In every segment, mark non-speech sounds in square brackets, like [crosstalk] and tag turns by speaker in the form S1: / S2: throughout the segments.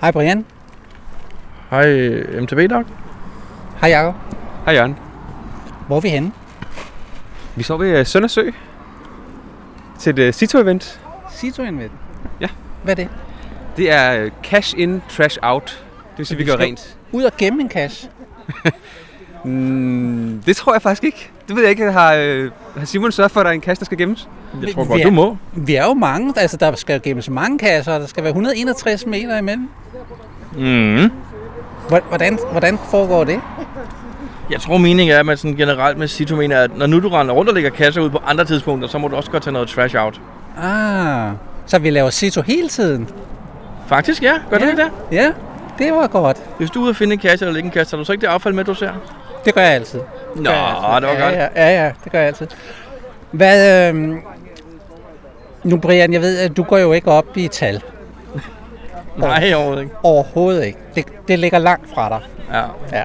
S1: Hej Brian.
S2: Hej øh, MTB Dog.
S1: Hej Jacob.
S2: Hej Jørgen.
S1: Hvor er vi henne?
S2: Vi står ved øh, Søndersø til et øh, Cito-event.
S1: Citroen ved.
S2: Ja.
S1: Hvad er det?
S2: Det er øh, cash in, trash out. Det vil sige, vi
S1: vi
S2: gør
S1: skal-
S2: rent.
S1: Ud og gemme en cash.
S2: Mm, det tror jeg faktisk ikke. Det ved jeg ikke. Har, øh, har Simon sørget for, at der er en kasse, der skal gemmes?
S1: Jeg tror godt, du
S2: må.
S1: Vi er jo mange. Altså, der skal jo gemmes mange kasser, og der skal være 161 meter imellem.
S3: Mm.
S1: Hvor- Hvordan, hvordan foregår det?
S3: Jeg tror, meningen er, at man sådan generelt med Sito mener, at når nu du render rundt og lægger kasser ud på andre tidspunkter, så må du også godt tage noget trash out.
S1: Ah, så vi laver Cito hele tiden?
S3: Faktisk ja, gør det ikke det?
S1: Ja, det var godt.
S3: Hvis du er ude og finde en kasse eller lægge en kasse, har du så ikke det affald med, du ser?
S1: Det gør jeg altid.
S3: Nå,
S1: gør jeg altid.
S3: det var
S1: ja,
S3: godt.
S1: Ja, ja, ja, det gør jeg altid. Hvad, øhm, nu Brian, jeg ved, at du går jo ikke op i tal.
S3: [laughs] Nej, overhovedet ikke.
S1: Overhovedet ikke. Det, det ligger langt fra dig.
S3: Ja.
S1: Ja.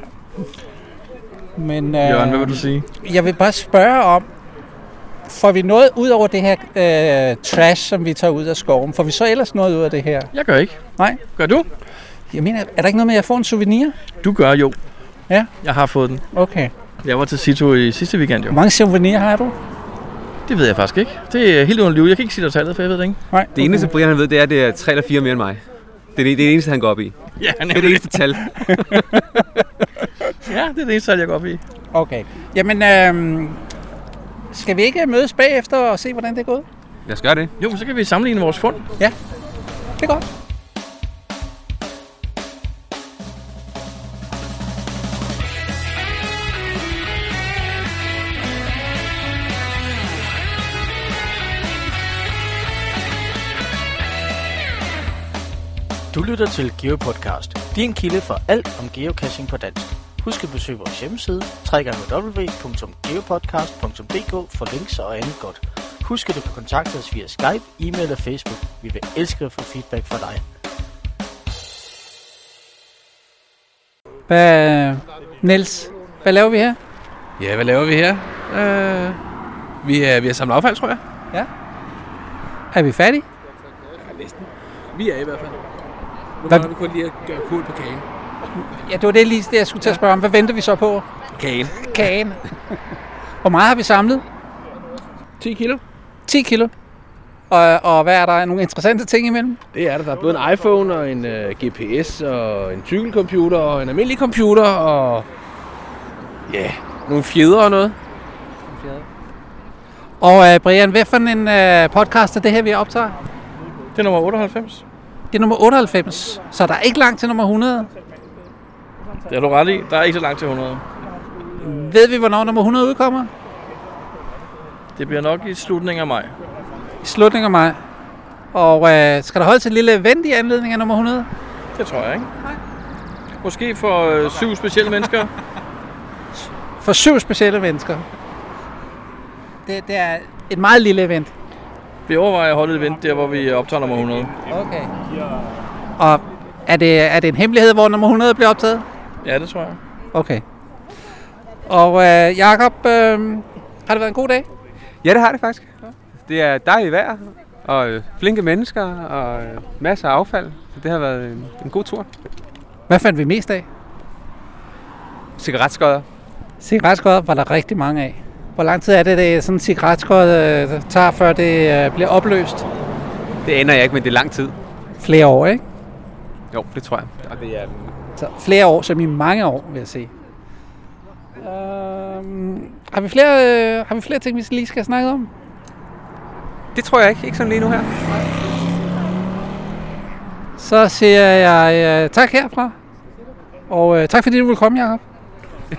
S1: Men, øh,
S3: Jørgen, hvad vil du sige?
S1: Jeg vil bare spørge om, får vi noget ud over det her øh, trash, som vi tager ud af skoven? Får vi så ellers noget ud af det her?
S3: Jeg gør ikke.
S1: Nej.
S3: Gør du?
S1: Jeg mener, er der ikke noget med, at jeg får en souvenir?
S3: Du gør jo.
S1: Ja.
S3: Jeg har fået den.
S1: Okay.
S3: Jeg var til Sito i sidste weekend jo.
S1: Hvor mange souvenirer har du?
S3: Det ved jeg faktisk ikke. Det er helt uden liv. Jeg kan ikke sige dig tallet, for jeg ved det ikke.
S1: Nej.
S2: Det eneste, Brian han ved, det er, at det er 3 eller 4 mere end mig. Det er det, det, er det eneste, han går op [laughs] i. Det
S3: Ja,
S2: er det eneste [laughs] tal.
S3: [laughs] ja, det er det eneste tal, jeg går op i.
S1: Okay. Jamen, øh, skal vi ikke mødes bagefter og se, hvordan det er gået?
S2: Lad os gøre det.
S3: Jo, men så kan vi sammenligne vores fund.
S1: Det er godt.
S4: Du lytter til GeoPodcast, din kilde for alt om geocaching på dansk. Husk at besøge vores hjemmeside, www.geopodcast.dk for links og andet godt. Husk at du kan kontakte os via Skype, e-mail og Facebook. Vi vil elske at få feedback fra dig.
S1: Hvad, Niels, hvad laver vi her?
S5: Ja, hvad laver vi her? Øh, vi, er, vi har samlet affald, tror jeg.
S1: Er vi færdige?
S5: Vi er i hvert fald. Nu
S1: Hvad-
S5: vi
S1: mangler
S5: kun lige at gøre kul på kagen.
S1: Ja, det var det lige det, jeg skulle til at spørge om. Hvad venter vi så på?
S5: Kagen.
S1: Kagen.
S3: [laughs]
S1: Hvor meget har vi samlet?
S5: 10 kilo.
S1: 10 kilo. Og, og hvad er der? Nogle interessante ting imellem?
S5: Det er der. Der er både en iPhone og en uh, GPS og en cykelcomputer og en almindelig computer og... Ja, yeah, nogle fjeder og noget.
S1: Og øh, Brian, hvad for en øh, podcast er det her, vi optager?
S3: Det er nummer 98.
S1: Det er nummer 98, så der er ikke langt til nummer 100.
S3: Det har du ret i. Der er ikke så langt til 100.
S1: Ved vi, hvornår nummer 100 udkommer?
S3: Det bliver nok i slutningen af maj.
S1: I slutningen af maj. Og øh, skal der holdes et lille event i anledning af nummer 100?
S3: Det tror jeg ikke. Måske for øh, syv specielle mennesker.
S1: For syv specielle mennesker. Det, det er et meget lille event.
S3: Vi overvejer at holde et event der, hvor vi optager nummer 100.
S1: Okay. Og er det, er det en hemmelighed, hvor nummer 100 bliver optaget?
S3: Ja, det tror jeg.
S1: Okay. Og øh, Jakob, øh, har det været en god dag?
S2: Ja, det har det faktisk. Det er dejligt vejr, og øh, flinke mennesker, og øh, masser af affald. Så det har været en, en god tur.
S1: Hvad fandt vi mest af?
S2: Cigaretskodder.
S1: Cigaretskodder var der rigtig mange af. Hvor lang tid er det, det sådan en cigaretskod øh, tager, før det øh, bliver opløst?
S2: Det aner jeg ikke, men det er lang tid.
S1: Flere år, ikke?
S2: Jo, det tror jeg. Og det er...
S1: Så flere år, som i mange år, vil jeg sige. Øhm, har, vi flere, øh, har vi flere ting, vi lige skal snakke om?
S2: Det tror jeg ikke. Ikke sådan lige nu her.
S1: Så siger jeg øh, tak herfra. Og øh, tak fordi du ville komme, Jacob.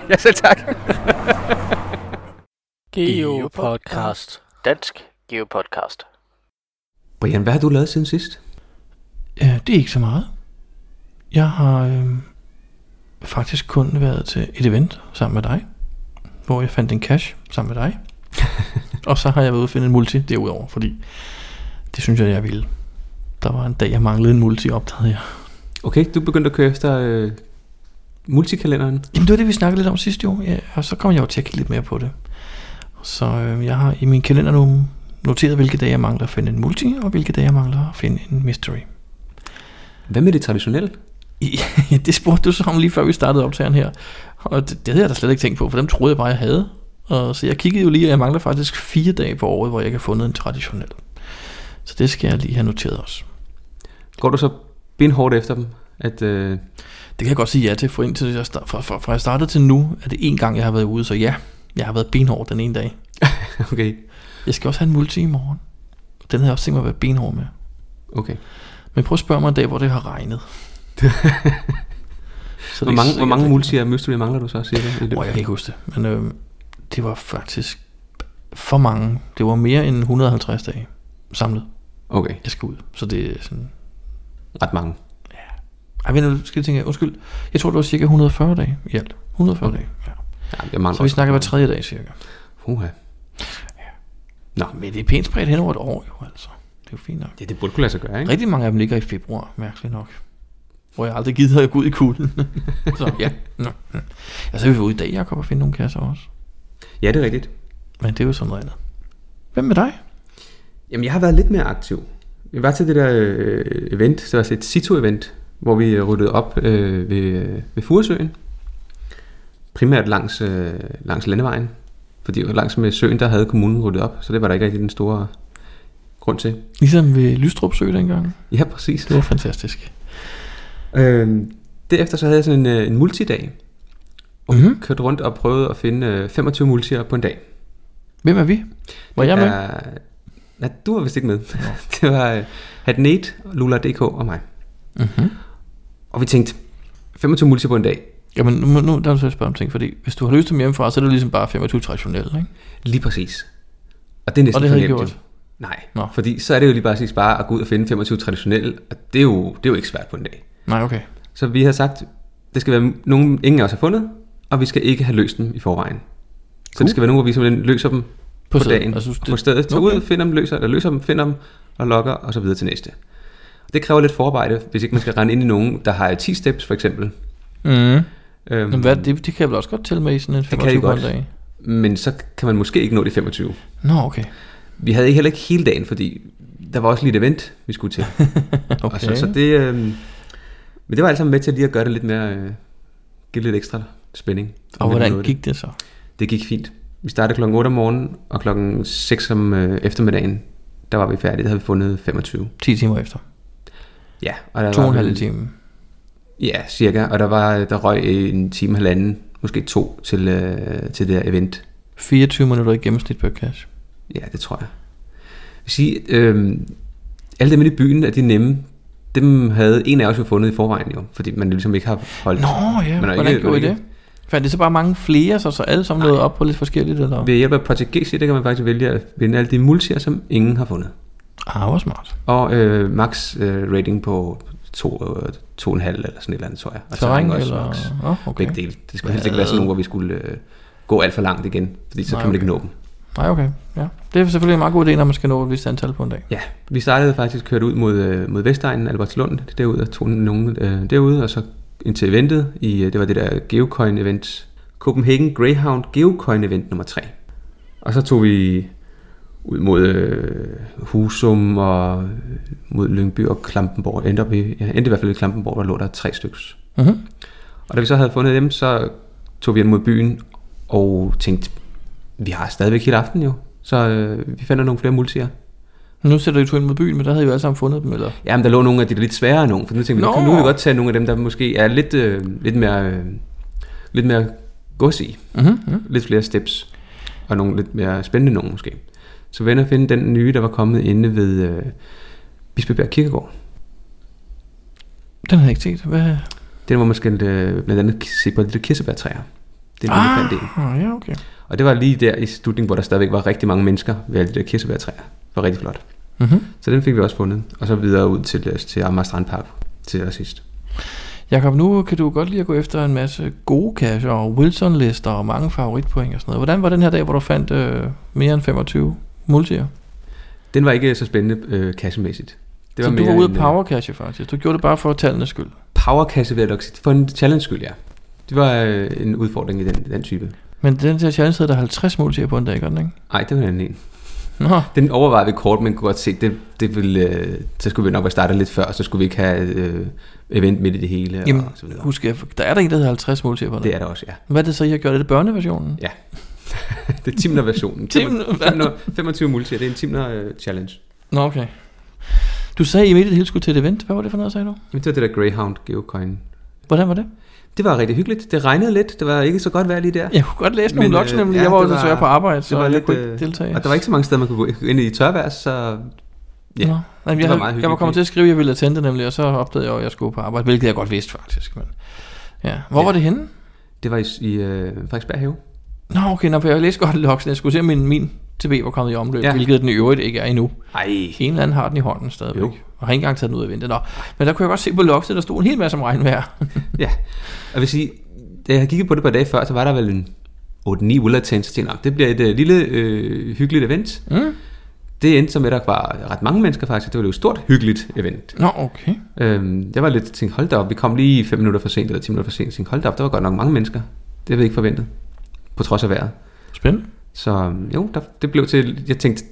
S2: Ja, selv tak.
S4: GeoPodcast. Dansk GeoPodcast.
S6: Brian, hvad har du lavet siden sidst?
S7: Ja, det er ikke så meget. Jeg har øh, faktisk kun været til et event sammen med dig, hvor jeg fandt en cash sammen med
S6: [laughs]
S7: dig. og så har jeg været ude at finde en multi derudover, fordi det synes jeg, jeg ville. Der var en dag, jeg manglede en multi, opdagede jeg.
S6: Okay, du begyndte at køre efter øh, multikalenderen.
S7: Jamen det var det, vi snakkede lidt om sidste år, ja, og så kom jeg jo til at kigge lidt mere på det. Så øh, jeg har i min kalender nu noteret, hvilke dage jeg mangler at finde en multi, og hvilke dage jeg mangler at finde en mystery.
S6: Hvad med det traditionelle?
S7: [laughs] Ja, det spurgte du så om lige før vi startede optageren her. Og det, det havde jeg da slet ikke tænkt på, for dem troede jeg bare, jeg havde. Og, så jeg kiggede jo lige, og jeg mangler faktisk fire dage på året, hvor jeg ikke har fundet en traditionel. Så det skal jeg lige have noteret også.
S6: Går du så benhårdt efter dem? At, øh,
S7: Det kan jeg godt sige ja til, for indtil jeg, start, fra, fra, fra jeg startede til nu, er det en gang, jeg har været ude, så ja, jeg har været benhård den ene dag.
S6: [laughs] okay,
S7: Jeg skal også have en multi i morgen. Den havde jeg også tænkt mig at være benhård med.
S6: okay.
S7: Men prøv at spørge mig en dag, hvor det har
S6: [laughs]
S7: regnet. så det er
S6: Hvor mange,
S7: ikke
S6: hvor
S7: sikkert,
S6: mange
S7: at-
S6: multier mystery mangler du så cirka? i løbet
S7: Åh, jeg
S6: af-
S7: kan ikke huske det, men øh, det var faktisk for mange. Det var mere end 150 dage samlet,
S6: Okay,
S7: jeg skal ud. Så det er sådan...
S6: ret mange.
S7: Ej, men nu skal jeg tænke, undskyld, jeg tror, det var cirka 140 dage i alt. 140 dage, ja.
S6: Ja, jeg mangler
S7: Så vi snakker hver tredje dag cirka.
S6: Uha.
S7: Men det er pænt spredt hen over et år jo, altså. Det er jo fint nok.
S6: Ja, det burde kunne lade sig gøre, ikke?
S7: Rigtig mange af dem ligger i februar, mærkeligt
S6: [laughs]
S7: nok. Hvor jeg aldrig gider at gå ud i
S8: [laughs]
S7: kulden. så ja. Nå. Ja, så er vi ude i dag, Jacob, og finde nogle kasser også.
S6: Ja, det er rigtigt.
S7: Men det er jo sådan noget andet. Hvem med dig?
S6: Jamen, jeg har været lidt mere aktiv. Jeg var til det der øh, event, så var det et Situ-event, hvor vi øh, ryddede op øh, ved, øh, ved Furesøen. Primært langs, øh, langs landevejen. Fordi langs med søen, der havde kommunen ryddet op, så det var der ikke rigtig den store grund til.
S7: Ligesom ved Lystrup Sø dengang.
S6: Ja, præcis.
S7: Det var fantastisk.
S6: Øh, derefter så havde jeg sådan en, øh, en multidag. Og mm-hmm.
S7: Mhm.
S6: kørte rundt og prøvede at finde øh, 25 multier på en dag.
S7: Hvem er vi? Var jeg med? Ja.
S6: Er, nej, Øh, du var vist ikke med. [laughs] det var uh, Hatnet, Lula.dk og mig.
S7: Mm-hmm.
S6: Og vi tænkte, 25 multi på en dag.
S7: Jamen, nu, nu der er så jeg spørge om ting, fordi hvis du har løst dem hjemmefra, så er det ligesom bare 25 traditionelle, ikke?
S6: Lige præcis. Og det er næsten
S7: Og det havde jeg
S6: for nemt,
S7: gjort.
S6: jo. Nej,
S7: Nå.
S6: Nå. fordi så er det jo lige præcis bare at gå ud og finde 25 traditionelle, og det er jo, det er jo ikke svært på en dag.
S7: Nej, okay.
S6: Så vi har sagt, det skal være nogen, ingen af os har fundet, og vi skal ikke have løst dem i forvejen. Så det skal være nogen, hvor vi simpelthen løser dem på, på
S7: stedet.
S6: dagen.
S7: Altså,
S6: Altså,
S7: det-
S6: på stedet. Tag
S7: okay.
S6: okay. ud, find dem, løser, eller løser dem, find dem, og logger, og så videre til næste. Det kræver lidt forarbejde, hvis ikke man skal rende ind i nogen, der har øh, 10 steps for eksempel.
S7: Mm.
S6: Øhm,
S7: Men hvad, det, det kan jeg vel også godt tælle med i sådan en
S6: kan
S7: 25
S6: I godt.
S7: grøn dag.
S6: men så kan man måske ikke nå de 25.
S7: Nå, okay.
S6: Vi havde ikke heller ikke hele dagen, fordi der var også lige et event, vi skulle
S7: [laughs]
S6: til.
S7: okay.
S6: Og så, så det, øh, men det var alt sammen med til lige at gøre det lidt mere, øh, give det lidt ekstra spænding.
S7: og
S6: Men
S7: hvordan
S6: noget-
S7: gik det så?
S6: Det gik fint. Vi startede klokken 8 om morgenen, og klokken 6 om øh, eftermiddagen, der var vi færdige. Der havde vi fundet 25.
S7: 10 timer efter.
S6: Ja, og der
S7: To og en
S6: var
S7: halv
S6: vel-
S7: time.
S6: Ja, cirka. Og der, var, der røg en time halvanden, måske to, til, øh, til det her event.
S7: 24 minutter i gennemsnit per cash.
S6: Ja, det tror jeg. Jeg vil sige, øh, alle dem inde i byen, at de er nemme, dem havde en af os jo fundet i forvejen jo, fordi man ligesom ikke har holdt.
S7: Nå ja,
S6: man har
S7: hvordan gjorde I
S6: man har
S7: det? Fandt det så bare mange flere, så, så alle sammen nåede op på lidt forskelligt? Eller?
S6: Ved hjælp af Project GC, der kan man faktisk vælge at finde alle de multier, som ingen har fundet.
S7: Ah, hvor smart.
S6: Og øh, max øh, rating på 2,5 øh, to og en halv eller sådan et eller andet, tror jeg. Og
S7: Terræn
S6: terræn
S7: eller...
S6: max.
S7: Oh, okay.
S6: Begge dele. Det skulle helst ikke være sådan nogen, hvor vi skulle øh, gå alt for langt igen, fordi så
S7: Nej,
S6: kan man ikke
S7: okay.
S6: nå dem.
S7: Nej, okay. Ja. Det er selvfølgelig en meget god idé, når man skal nå et vist antal på en dag.
S6: Ja, vi startede faktisk kørt ud mod, øh, mod Vestegnen, Albertslund, derude, og tog nogen øh, derude, og så ind til eventet, i, øh, det var det der Geocoin-event, Copenhagen Greyhound Geocoin-event nummer 3. Og så tog vi ud mod øh, Husum og øh, mod Lyngby og Klampenborg. Endte, op i, ja, endte i hvert fald i Klampenborg, der lå der tre stykker.
S7: Mm-hmm.
S6: Og da vi så havde fundet dem, så tog vi ind mod byen og tænkte, vi har stadigvæk hele aften jo, så øh, vi finder nogle flere multier.
S7: Nu sætter I to ind mod byen, men der havde I jo alle sammen fundet dem, eller?
S6: Jamen, der lå nogle af de lidt sværere nogen, for nu tænkte vi,
S7: Nå.
S6: nu, nu kan vi godt tage nogle af dem, der måske er lidt, øh, lidt mere, øh, lidt mere gods i,
S7: Mm-hmm.
S6: lidt flere steps, og nogle lidt mere spændende nogen måske. Så vi ender at finde den nye, der var kommet inde ved øh, Bispebjerg Kirkegård.
S7: Den havde jeg ikke set. Hvad?
S6: Den, hvor man skal øh, blandt andet se på de der kirsebærtræer. Det er ah. fandt en.
S7: ah, ja, okay.
S6: Og det var lige der i slutningen, hvor der stadigvæk var rigtig mange mennesker ved alle de der kirsebærtræer. Det var rigtig flot.
S7: Mm-hmm.
S6: Så den fik vi også fundet. Og så videre ud til, øh, til Amager Strandpark til allersidst.
S7: Jakob, nu kan du godt lide at gå efter en masse gode cash og Wilson-lister og mange favoritpoint og sådan noget. Hvordan var den her dag, hvor du fandt øh, mere end 25 multier?
S6: Den var ikke så spændende øh, kassemæssigt.
S7: Det var så du var ude af power cash faktisk. Du gjorde det bare for tallenes skyld.
S6: powerkasse, øh, vil jeg nok sige. For en challenge skyld, ja. Det var øh, en udfordring i den, den type.
S7: Men den der challenge havde der 50 multier på en dag, gør den ikke?
S6: Nej, det var en anden en.
S7: Nå,
S6: Den overvejede vi kort, men kunne godt se, det, det ville, øh, så skulle vi nok have startet lidt før, så skulle vi ikke have øh, event midt i det hele.
S7: jamen,
S6: og så videre.
S7: husk, jeg, der er der en, der hedder 50 måltiperne.
S6: Det er der også, ja.
S7: Hvad er det så, I har gjort? Er det børneversionen?
S6: ja. [laughs] det er Timner-versionen.
S7: [laughs] Timner-
S6: 25 multier, det er en øh, Timner-challenge.
S7: Nå, okay. Du sagde, I midt et hilskud til et event. Hvad var det for noget, sagde du?
S6: Jamen, det var det der Greyhound Geocoin.
S7: Hvordan var det?
S6: Det var rigtig hyggeligt. Det regnede lidt. Det var ikke så godt vejr lige der.
S7: Jeg kunne godt læse nogle
S6: Men,
S7: logs,
S6: øh,
S7: nemlig.
S6: ja,
S7: jeg var jo
S6: det var-
S7: desværre på arbejde, så jeg kunne
S6: øh,
S7: ikke deltage.
S6: Og der var ikke så mange steder, man kunne gå ind i tørvejr, så Ja.
S7: Nå. Jamen, jeg,
S6: var
S7: var
S6: meget
S7: jeg,
S6: hyggeligt.
S7: var kommet til at skrive, at jeg ville attende nemlig, og så opdagede jeg, jo, at jeg skulle på arbejde, hvilket jeg godt vidste faktisk. Men... Ja. Hvor ja.
S6: Ja.
S7: var det henne?
S6: det var i, i øh, Frederiksberg Have.
S7: Mm. Nå, okay, nå, for jeg læste godt logsen. Jeg skulle se, om min, min TB var kommet i omløb, ja.
S6: Ja.
S7: hvilket den i øvrigt ikke er endnu.
S6: Ej.
S7: En eller anden har den i hånden stadigvæk.
S6: Jo.
S7: Og har ikke engang taget den ud af vinduet. Nå. Men der kunne jeg godt se på logset, der stod en hel masse
S6: [laughs]
S7: om regnvejr.
S6: Ja. Og hvis I, da jeg havde kigget på det et par dage før, så var der vel en 8-9 Willard Tents, så tænkte jeg, "Nå, det bliver et øh, lille øh, hyggeligt event.
S7: Mm.
S6: Det endte så med, at der var ret mange mennesker faktisk. Det var jo et stort, hyggeligt event.
S7: Nå, okay.
S6: Øhm, jeg var lidt tænkt, hold da op, vi kom lige 5 minutter for sent, eller 10 minutter for sent. Jeg tænkte, hold da op, der var godt nok mange mennesker. Det havde jeg ikke forventet, på trods af vejret.
S7: Spændende.
S6: Så øhm, jo, der, det blev til, jeg tænkte,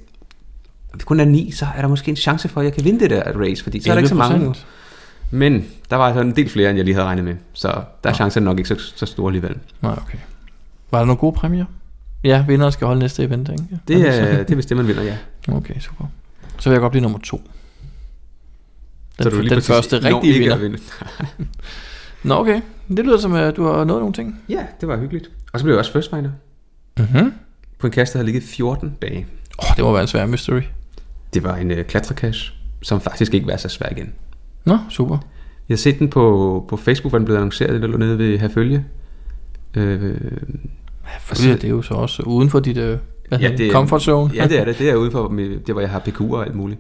S6: hvis det kun er 9, så er der måske en chance for, at jeg kan vinde det der race, fordi så er der ikke så mange nu.
S7: 11%.
S6: Men der var altså en del flere, end jeg lige havde regnet med, så der er chancerne nok ikke så, så store alligevel.
S7: Nej, okay. Var der nogle gode præmier? Ja, vinderen skal holde næste event, ikke?
S6: Det
S7: så-
S6: er, det er vist det, man vinder, ja.
S7: Okay, super. Så vil jeg godt blive nummer to. Den,
S6: så du lige
S7: den
S6: præcis
S7: første
S6: når
S7: rigtige
S6: ikke
S7: vinder.
S6: at vinde.
S7: [laughs] Nå, okay. Det lyder som, at du har nået nogle ting.
S6: Ja, det var hyggeligt. Og så blev jeg også first finder
S7: Mhm.
S6: på en kasse, der havde ligget 14 dage.
S7: Åh, oh, det må være en svær mystery.
S6: Det var en øh, klatrekasse, som faktisk ikke var så svær igen.
S7: Nå, super.
S6: Jeg har set den på, på Facebook, hvor den blev annonceret, der lå nede ved Herfølge. Øh,
S7: Ja, følger, Altså, det er jo så også uden for dit øh, hvad
S6: Ja,
S7: ja, det,
S6: det-
S7: comfort zone.
S6: Ja, det er det. Det er ude for, med- der hvor jeg har PQ'er og alt muligt.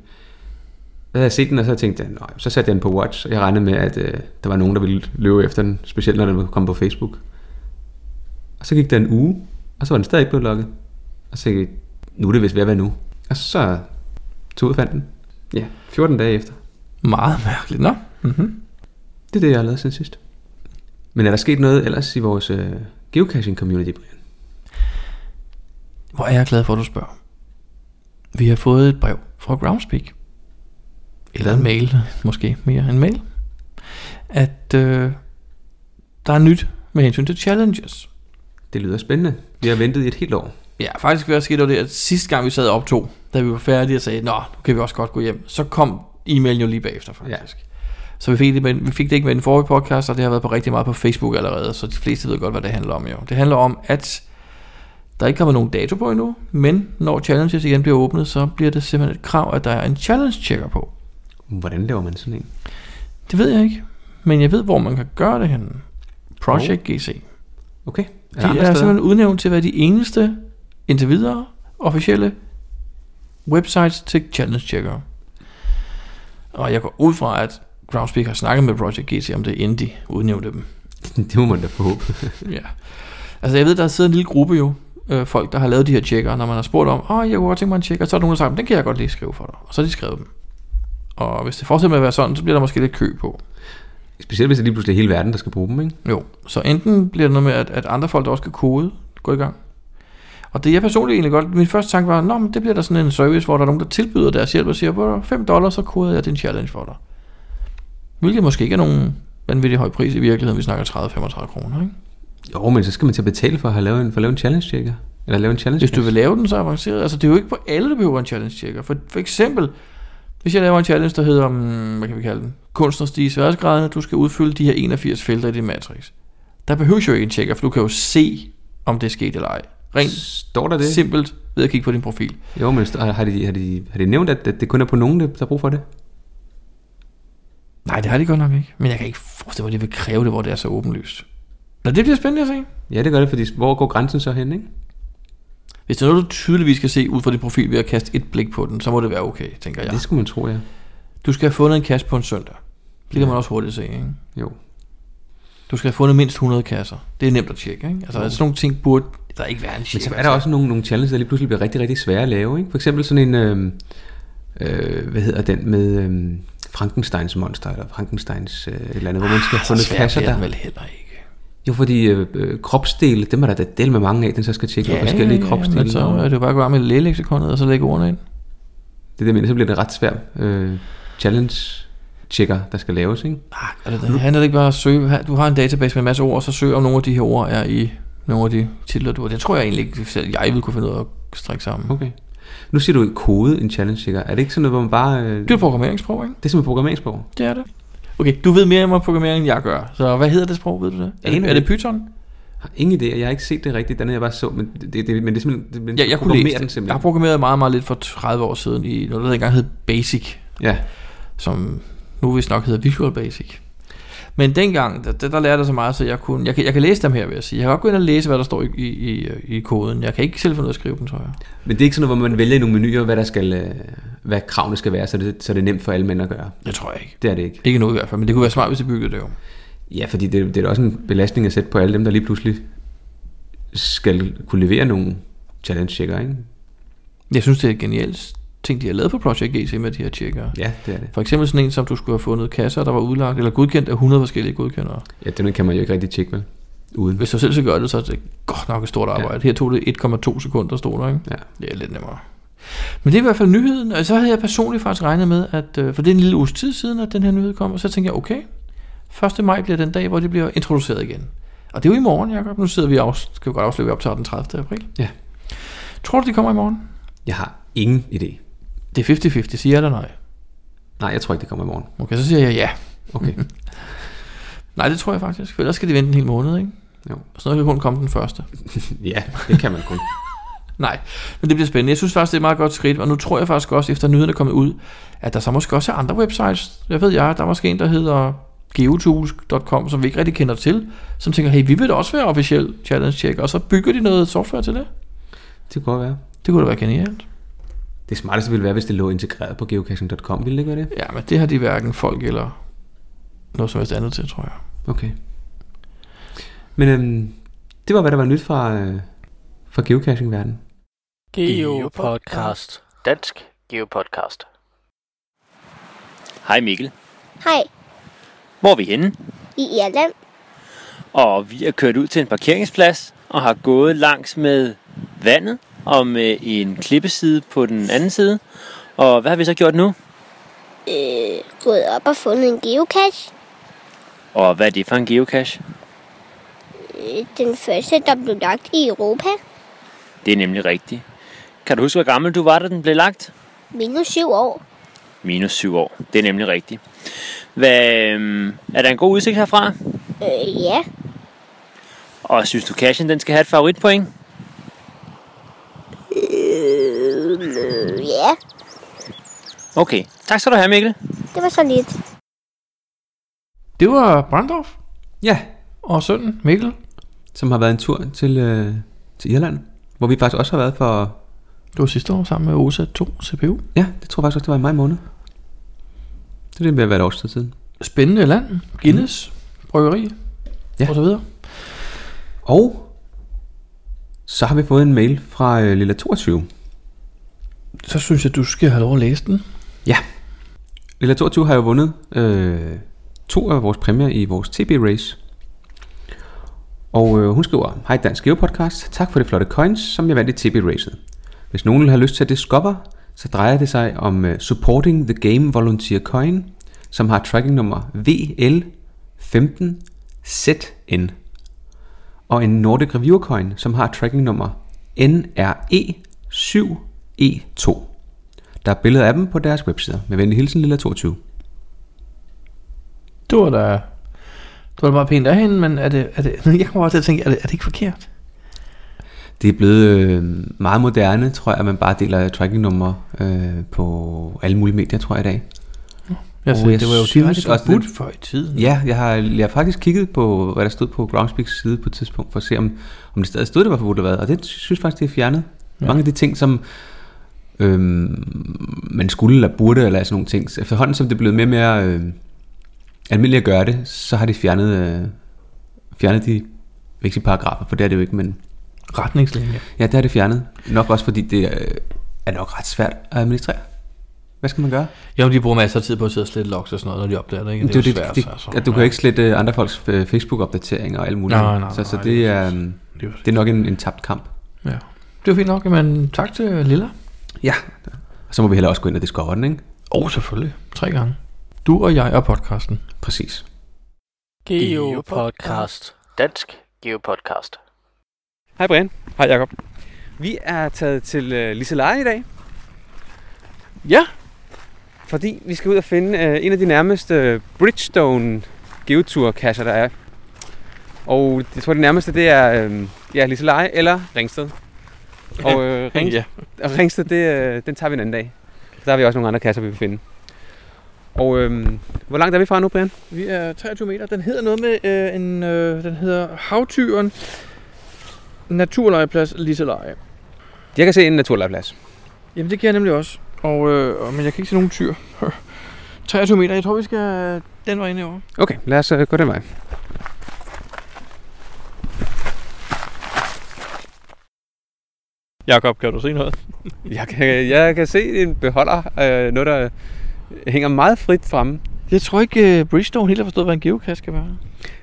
S6: Så havde jeg set den, og så tænkte jeg, nej, så satte jeg den på watch, og jeg regnede med, at øh, der var nogen, der ville løbe efter den, specielt når den kom på Facebook. Og så gik der en uge, og så var den stadig ikke blevet lukket. Og så tænkte jeg, nu er det vist ved at være nu. Og så tog jeg og fandt den. Ja, 14 dage efter.
S7: Meget mærkeligt. Nå. Mm-hmm.
S6: Det er det, jeg har lavet siden sidst. Men er der sket noget ellers i vores øh, geocaching community, Brian?
S7: Hvor er jeg glad for, at du spørger. Vi har fået et brev fra Groundspeak. Eller en mail, måske mere en mail. At øh, der er nyt med hensyn til challenges.
S6: Det lyder spændende. Vi har ventet i et helt år.
S7: Ja, faktisk var der sket det, at sidste gang vi sad og optog, da vi var færdige og sagde, nå, nu kan vi også godt gå hjem, så kom e-mailen jo lige bagefter faktisk. Ja. Så vi fik, det med, vi fik det ikke med den forrige podcast, og det har været på rigtig meget på Facebook allerede, så de fleste ved godt, hvad det handler om jo. Det handler om, at der er ikke kommet nogen dato på endnu, men når challenges igen bliver åbnet, så bliver det simpelthen et krav, at der er en challenge-checker på.
S6: Hvordan laver man sådan en?
S7: Det ved jeg ikke, men jeg ved, hvor man kan gøre det henne. Project GC.
S6: Okay. Er der
S7: De
S6: andre
S7: er
S6: steder?
S7: simpelthen udnævnt til at være de eneste, indtil videre, officielle websites til challenge checker. Og jeg går ud fra, at Groundspeak har snakket med Project GT om det, inden de udnævnte dem.
S6: [laughs] Det må man da forhåbe.
S7: [laughs] Ja. Altså jeg ved, der sidder en lille gruppe jo, øh, folk, der har lavet de her checker, når man har spurgt om, åh, jeg kunne godt tænke mig en checker, så er der nogen, der har sagt, den kan jeg godt lige skrive for dig. Og så har de skrevet dem. Og hvis det fortsætter med at være sådan, så bliver der måske lidt kø på.
S6: Specielt hvis det lige pludselig er hele verden, der skal bruge dem, ikke?
S7: Jo, så enten bliver det noget med, at, at andre folk, der også skal kode, går i gang. Og det jeg personligt egentlig godt, min første tanke var, Nå, men det bliver der sådan en service, hvor der er nogen, der tilbyder deres hjælp og siger, på 5 dollars, så koder jeg din challenge for dig. Hvilket måske ikke er nogen vanvittig høj pris i virkeligheden, vi snakker 30-35 kroner, ikke?
S6: Jo, men så skal man til at betale for at have lavet en, for at lave en challenge checker. Eller lave en challenge
S7: Hvis du vil lave den så avanceret, altså det er jo ikke på alle, der behøver en challenge checker. For, for eksempel, hvis jeg laver en challenge, der hedder, hmm, hvad kan vi kalde den, kunsten at stige i sværdesgraderne, du skal udfylde de her 81 felter i din matrix. Der behøves jo ikke en checker, for du kan jo se, om det er sket eller ej. Rent
S6: Står der det? Sim-
S7: simpelt ved at kigge på din profil.
S6: jo, men st- har de, har, de, har de nævnt, at at det kun er på nogen, der der har brug for det?
S7: Nej, det har de godt nok ikke. Men jeg kan ikke forestille mig, at de vil kræve det, hvor det er så åbenlyst. Nå, det bliver spændende at se.
S6: Ja, det gør det, fordi hvor går grænsen så hen, ikke?
S7: Hvis det er noget, du tydeligvis kan se ud fra din profil ved at kaste et blik på den, så må det være okay, tænker
S6: Ja.
S7: jeg.
S6: Det skulle man tro, ja.
S7: Du skal have fundet en kasse på en søndag. Det kan man også hurtigt se, ikke?
S6: Jo.
S7: Du skal have fundet mindst 100 kasser. Det er nemt at tjekke, ikke? Altså, sådan nogle ting burde der ikke være en
S6: Men
S7: check. altså.
S6: så er der også nogle, nogle challenges, der lige pludselig bliver rigtig, rigtig svære at lave, ikke? For eksempel sådan en, øh, øh, hvad hedder den med øh, Frankensteins monster, eller Frankensteins øh, et eller andet, hvor man skal have
S7: Ah, så
S6: fundet
S7: svært
S6: kasser,
S7: bliver
S6: der...
S7: den vel heller ikke.
S6: Jo, fordi øh, øh, kropsdele, dem er der da del med mange af, den så skal tjekke ja, forskellige kropsdele.
S7: men så er det jo bare at gå om i lægeleksikonet og så lægge ordene ind.
S6: Det er det, jeg mener, så bliver det en ret svær øh, challenge-checker, der skal laves, ikke?
S7: Er det, det handler det ikke bare om at søge? her- Du har en database med en masse ord, og så søg om nogle af de her ord er i nogle af de titler, du har. Det tror jeg egentlig ikke, selv jeg ville kunne finde ud af at strikke sammen.
S6: Okay. Nu siger du kode en challenge-checker. Er det ikke sådan noget, hvor man bare... Øh,
S7: Det er et programmeringssprog, ikke?
S6: det er som et programmeringssprog.
S7: Det er det. Okay, du ved mere om programmering, end jeg gør. Så hvad hedder det sprog, ved du det? Er,
S6: Aner
S7: det, er det
S6: ikke.
S7: Python?
S6: Jeg har ingen idé, og jeg har ikke set det rigtigt, den er jeg bare så, men det, det, det men det er simpelthen... Det, men
S7: Ja, jeg kunne
S6: programmerer
S7: læse
S6: den
S7: det. Jeg har
S6: simpelthen.
S7: programmeret meget, meget lidt for 30 år siden i noget, der engang hed Basic,
S6: Ja,
S7: som nu vist nok hedder Visual Basic. Men dengang, der, der, der lærte jeg så meget, så jeg kunne... Jeg kan, jeg kan læse dem her, vil jeg sige. Jeg kan godt gå ind og læse, hvad der står i, i, i, i koden. Jeg kan ikke selv finde ud af at skrive den, tror jeg.
S6: men det er ikke sådan noget, hvor man vælger i nogle menuer, hvad, der skal, øh, hvad kravene skal være, så det, så det er nemt for alle mænd at gøre.
S7: Jeg tror ikke.
S6: Det er det ikke.
S7: Ikke nu i hvert fald, men det kunne være smart, hvis de byggede det jo.
S6: Ja, fordi det, det er da også en belastning at sætte på alle dem, der lige pludselig skal kunne levere nogle challenge-checker, ikke?
S7: Jeg synes, det er et genialt ting, de har lavet på Project GC med de her tjekkere.
S6: Ja, det er det.
S7: For eksempel sådan en, som du skulle have fundet kasser, der var udlagt eller godkendt af 100 forskellige godkendere.
S6: Ja, den kan man jo ikke rigtig tjekke, vel? Uden.
S7: Hvis du selv skal gøre det, så er det godt nok et stort arbejde. Ja. Her tog det 1,2 sekunder, stod der, ikke?
S6: Ja.
S7: Det er lidt nemmere. Men det er i hvert fald nyheden, og så havde jeg personligt faktisk regnet med, at, øh, for det er en lille uges tid siden, at den her nyhed kom, og så tænkte jeg, okay, 1. maj bliver den dag, hvor det bliver introduceret igen. Og det er jo i morgen, Jacob. Nu sidder vi og afs- skal jo godt afsløre, at vi optager den 30. april.
S6: Ja.
S7: Tror du, de kommer i morgen?
S6: Jeg har ingen idé.
S7: Det er 50-50, siger jeg eller nej?
S6: Nej, jeg tror ikke, det kommer i morgen.
S7: Okay, så siger jeg ja.
S6: Okay.
S7: [laughs] Nej, det tror jeg faktisk, for ellers skal de vente en hel måned, ikke?
S6: Jo.
S7: Og sådan noget kan kun komme den første.
S6: [laughs] ja, det kan man kun.
S7: [laughs] Nej, men det bliver spændende. Jeg synes faktisk, det er et meget godt skridt, og nu tror jeg faktisk også, efter nyheden er kommet ud, at der så måske også er andre websites. Jeg ved jeg, der er måske en, der hedder geotools.com, som vi ikke rigtig kender til, som tænker, hey, vi vil da også være officiel challenge check, og så bygger de noget software til det.
S6: Det kunne godt være.
S7: Det kunne da være genialt.
S6: Det smarteste ville være, hvis det lå integreret på geocaching.com, ville det ikke være det?
S7: Ja, men det har de hverken folk eller noget som helst andet til, tror jeg.
S6: Okay. Men øhm, det var, hvad der var nyt fra, øh, fra geocaching-verdenen.
S4: Geopodcast. Dansk Geopodcast.
S9: Hej Mikkel.
S10: Hej,
S9: Hvor er vi henne?
S10: i Irland.
S9: Og vi er kørt ud til en parkeringsplads og har gået langs med vandet og med en klippeside på den anden side. Og hvad har vi så gjort nu?
S10: Øh, gået op og fundet en geocache.
S9: Og hvad er det for en geocache?
S10: Øh, Den første, der blev lagt i Europa.
S9: Det er nemlig rigtigt. Kan du huske, hvor gammel du var, da den blev lagt?
S10: Minus syv år.
S9: Minus syv år. Det er nemlig rigtigt. Hvad, øhm, er der en god udsigt herfra?
S10: Øh, ja.
S9: Og synes du, cashen den skal have et favoritpoint?
S10: Øh, ja.
S9: Okay. Tak skal du have, Mikkel.
S10: Det var så lidt.
S7: Det var Brandorf
S6: Ja,
S7: og sønnen Mikkel.
S6: som har været en tur til, øh, til Irland, hvor vi faktisk også har været for...
S7: Det var sidste år sammen med OSA 2 CPU.
S6: Ja, det tror jeg faktisk også, det var i maj måned. Så det bliver været et års tid siden. Mm.
S7: Spændende land. Guinness. Bryggeri.
S6: Ja.
S7: Ja. Og så videre.
S6: Og så har vi fået en mail fra øh, Lilla 22.
S7: Så synes jeg, du skal have lov at læse den.
S6: Ja. Lilla 22 har jo vundet øh, to af vores præmier i vores TB-race. Og øh, hun skriver, Hej Dansk Geo Podcast, tak for det flotte coins, som jeg vandt i TB-racet. Hvis nogen har lyst til at det skopper, så drejer det sig om øh, Supporting the Game Volunteer Coin, som har tracking nummer VL15ZN. Og en Nordic Reviewer Coin, som har tracking nummer E NRE7E2. Der er billeder af dem på deres websider. Med venlig hilsen, Lilla 22.
S7: Det var da... Det var da meget pænt af hende, men er det... Er det [laughs] jeg kommer også til at tænke, er det, er det ikke forkert?
S6: Det er blevet øh, meget moderne, tror jeg, at man bare deler tracking-numre øh, på alle mulige medier, tror jeg, i dag.
S7: Jeg
S6: Åh,
S7: sagde,
S6: jeg
S7: det var jo
S6: synes
S7: direkte
S6: også,
S7: forbudt
S6: den-
S7: før i tiden.
S6: Ja, jeg har, jeg har faktisk kigget på, hvad der stod på Groundspeaks side på et tidspunkt, for at se, om, om det stadig stod, det var forbudt eller hvad. Og det synes jeg faktisk, det er fjernet. Ja. Mange af de ting, som øh, Øhm, man skulle eller burde, eller sådan nogle ting. Så Efterhånden, som det er blevet mere og mere øh, almindeligt at gøre det, så har de fjernet, øh, fjernet de vigtige paragrafer, for det er det jo ikke, men
S7: Retningslinjer.
S6: Ja, det har det fjernet. Nok også fordi det øh, er nok ret svært at administrere.
S2: Hvad skal man gøre?
S7: Jo, de bruger masser af tid på at sidde og slette logs og sådan noget, når de opdager det. Ikke?
S6: Det, det, det, det,
S7: altså.
S6: at du kan jo ikke slette øh, andre folks øh, Facebook-opdateringer og alt muligt.
S7: Nej, nej,
S6: så så
S7: nej,
S6: det,
S7: lige
S6: er,
S7: præcis.
S6: øhm,
S7: Lige præcis.
S6: det er nok en, en tabt kamp.
S7: Ja. Det var fint nok, men tak til Lilla.
S6: Ja. Og så må vi heller også gå ind og diskove den, ikke?
S7: Åh, oh, selvfølgelig. Tre gange. Du og jeg og podcasten.
S6: Præcis.
S4: Geopodcast. Dansk Geopodcast.
S2: Hej Brian.
S3: Hej Jacob.
S2: Vi er taget til øh, Liseleje i dag,
S5: Ja,
S2: fordi vi skal ud og finde øh, en af de nærmeste Bridgestone geotur-kasser, der er. Og jeg tror, det nærmeste, det er øh, ja, Liseleje eller Ringsted. Og, øh, Ring,
S3: Ja.
S2: Og Ringsted, det, øh, den tager vi en anden dag. Der har vi også nogle andre kasser, vi vil finde. Og øhm, hvor langt er vi fra nu, Brian?
S5: vi er 23 meter. Den hedder noget med øh, en... Øh, den hedder Havtyren Naturlejeplads Liseleje.
S2: Jeg kan se en naturlejeplads.
S5: Jamen det kan jeg nemlig også. Og, øh, og- men jeg kan ikke se nogen tyr. [laughs] 23 meter. Jeg tror, vi skal den vej ind i år.
S2: Okay, lad os øh, gå den vej.
S7: Jakob, kan du se noget?
S2: [laughs] Jeg kan, jeg kan se en beholder, øh, noget der hænger meget frit fremme.
S7: Jeg tror
S5: øh,
S7: ikke, uh, Bridgestone helt har forstået, hvad en geocache kan være.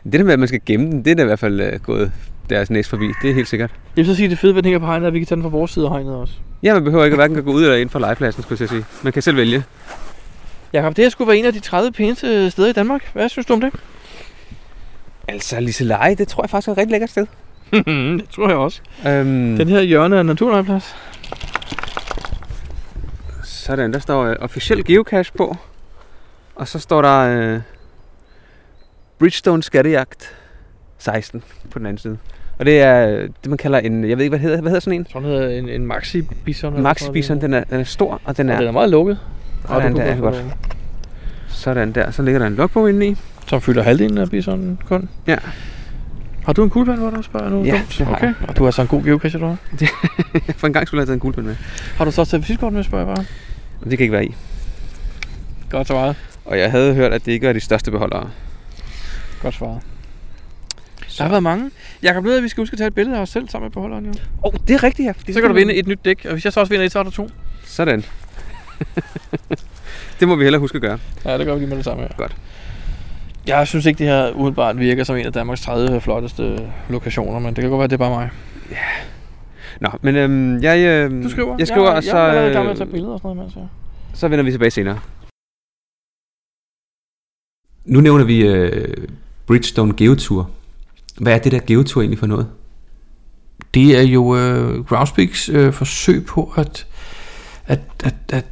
S2: Det der med, at man skal gemme den, det er da i hvert fald øh, gået deres næst forbi. Det er helt sikkert.
S5: Jeg vil så sige, at det fede ved den hænger på hegnet, er, at vi kan tage den fra vores side af hegnet også.
S2: Ja, man behøver ikke hverken at gå ud eller ind fra legepladsen, skulle jeg til at sige. Man kan selv vælge.
S5: Jakob, det her skulle være en af de 30 pæneste steder i Danmark. Hvad synes du
S2: [laughs]
S5: om det?
S2: Altså, Liseleje, det tror jeg faktisk er et rigtig lækkert sted.
S7: Mm,
S5: det tror jeg også.
S2: Øhm,
S5: Den her hjørne er en naturlejeplads.
S2: Sådan, der står øh, officiel geocache på. Og så står der øh, Bridgestone skattejagt 16 på den anden side. Og det er øh, det, man kalder en, jeg ved ikke, hvad hedder, hvad hedder sådan en?
S5: Jeg tror, den hedder en, en maxi-bison. eller
S2: Maxi
S5: sådan
S2: Bison,
S5: noget.
S2: den er, den er stor, og den
S5: Og den
S2: er
S5: er meget lukket.
S2: Sådan,
S5: Og du kan
S2: der er
S5: godt
S2: godt.
S5: få den.
S2: sådan der. Så ligger der en logbog inde i.
S5: Som fylder halvdelen af bisonen kun.
S2: Ja.
S5: Har du en kuglepen, hvor du spørger nu?
S2: Ja,
S5: dumt?
S2: det har
S5: okay. Og du har så en god geocache, du har.
S2: For en gang skulle jeg have taget en guldpind med.
S5: Har du så også taget fysikkort med, spørger jeg bare?
S2: Men det kan ikke være i.
S5: Godt svaret.
S2: Og jeg havde hørt, at det ikke var de største beholdere.
S5: Godt svaret. Der har været mange. Jakob Leder, vi skal huske at tage et billede af os selv sammen med beholderen. Jo.
S2: Åh, oh, det er rigtigt, ja. Det
S5: Så kan du vinde et nyt dæk, og hvis jeg så også vinder et, så har du to.
S2: Sådan. det må vi hellere huske at gøre.
S5: Ja, det gør vi lige med det samme her.
S2: Godt.
S5: Jeg synes ikke, det her udenbart virker som en af Danmarks 30 flotteste lokationer, men det kan godt være, det er bare mig.
S2: Nå, men øhm, jeg, øhm,
S5: Du skriver?
S2: jeg skriver,
S5: jeg,
S2: og så,
S5: Jeg, jeg er i gang med
S2: øh,
S5: at tage billeder og sådan noget, mens jeg...
S2: så vender vi tilbage senere.
S6: Nu nævner vi øh, Bridgestone Geotour. Hvad er det der geotour egentlig for noget?
S7: Det er jo øh, Groundspeaks øh, forsøg på at, at, at, at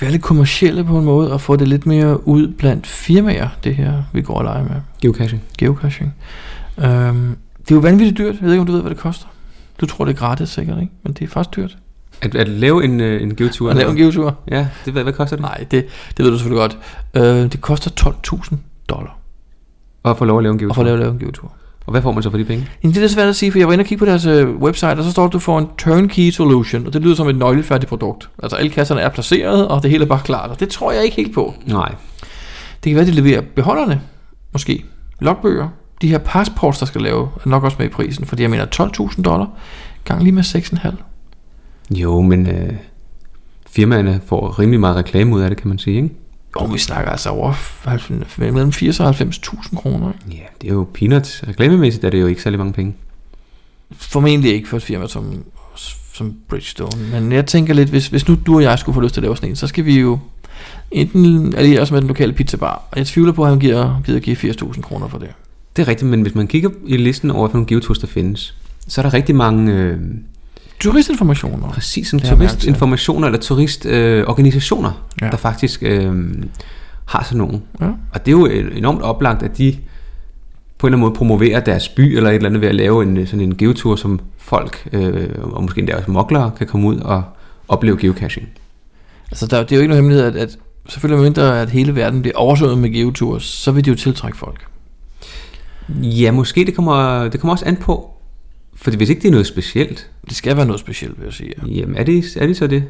S7: være lidt kommercielle på en måde, og få det lidt mere ud blandt firmaer, det her, vi går og leger med.
S6: Geocaching.
S7: Geocaching. Øhm, det er jo vanvittigt dyrt. Jeg ved ikke, om du ved, hvad det koster. Du tror, det er gratis sikkert, ikke? Men det er faktisk dyrt.
S6: At, at lave en, øh, en geotour?
S7: At lave en geotur.
S6: Ja, det, hvad, hvad koster det?
S7: Nej, det, det ved du selvfølgelig godt. Øh, det koster 12.000 dollar
S6: Og at få lov at lave en
S7: at
S6: geotour.
S7: få lavet, lavet en geotur.
S6: Og hvad får man så for de penge?
S7: Jamen, det er lidt svært at sige, for jeg var inde og kigge på deres øh, website, og så står der, at du får en turnkey solution, og det lyder som et nøglefærdigt produkt. Altså alle kasserne er placeret, og det hele er bare klart, og det tror jeg ikke helt på.
S6: Nej.
S7: Det kan være, at de leverer beholderne, måske, logbøger, de her passports, der skal lave, er nok også med i prisen, fordi jeg mener 12.000 dollar, gang lige med 6,5.
S6: Jo, men øh, firmaerne får rimelig meget reklame ud af det, kan man sige, ikke?
S7: Jo, vi snakker altså over halv- mellem 80 og 90.000 kroner. ikke?
S6: Ja, det er jo peanuts. Reklamemæssigt er det jo ikke særlig mange penge.
S7: Formentlig ikke for et firma som, som Bridgestone. Men jeg tænker lidt, hvis, hvis nu du og jeg skulle få lyst til at lave sådan en, så skal vi jo enten alliere os med den lokale pizzabar. Og jeg tvivler på, at han giver, gider give 80.000 kroner for det.
S6: Det er rigtigt, men hvis man kigger i listen over, hvad for nogle geotours der findes, så er der rigtig mange øh,
S7: Turistinformationer.
S6: præcis som
S7: Det har jeg mærket til.
S6: turistinformationer eller turistorganisationer, øh, organisationer,
S7: Ja.
S6: ja. der faktisk øh, har sådan nogle.
S7: Ja.
S6: Og det er jo øh, enormt oplagt, at de på en eller anden måde promoverer deres by eller et eller andet ved at lave en, øh, sådan en geotur, som folk, øh, og måske endda også moklere, kan komme ud og opleve geocaching.
S7: Altså, der, det er jo ikke nogen hemmelighed, at, at selvfølgelig mindre, at hele verden bliver oversvømmet med geotours, så vil det jo tiltrække folk.
S6: Ja, måske det kommer, det kommer også an på, for hvis ikke det er noget specielt,
S7: Det skal være noget specielt, vil jeg sige.
S6: Jamen, er det, er det så det?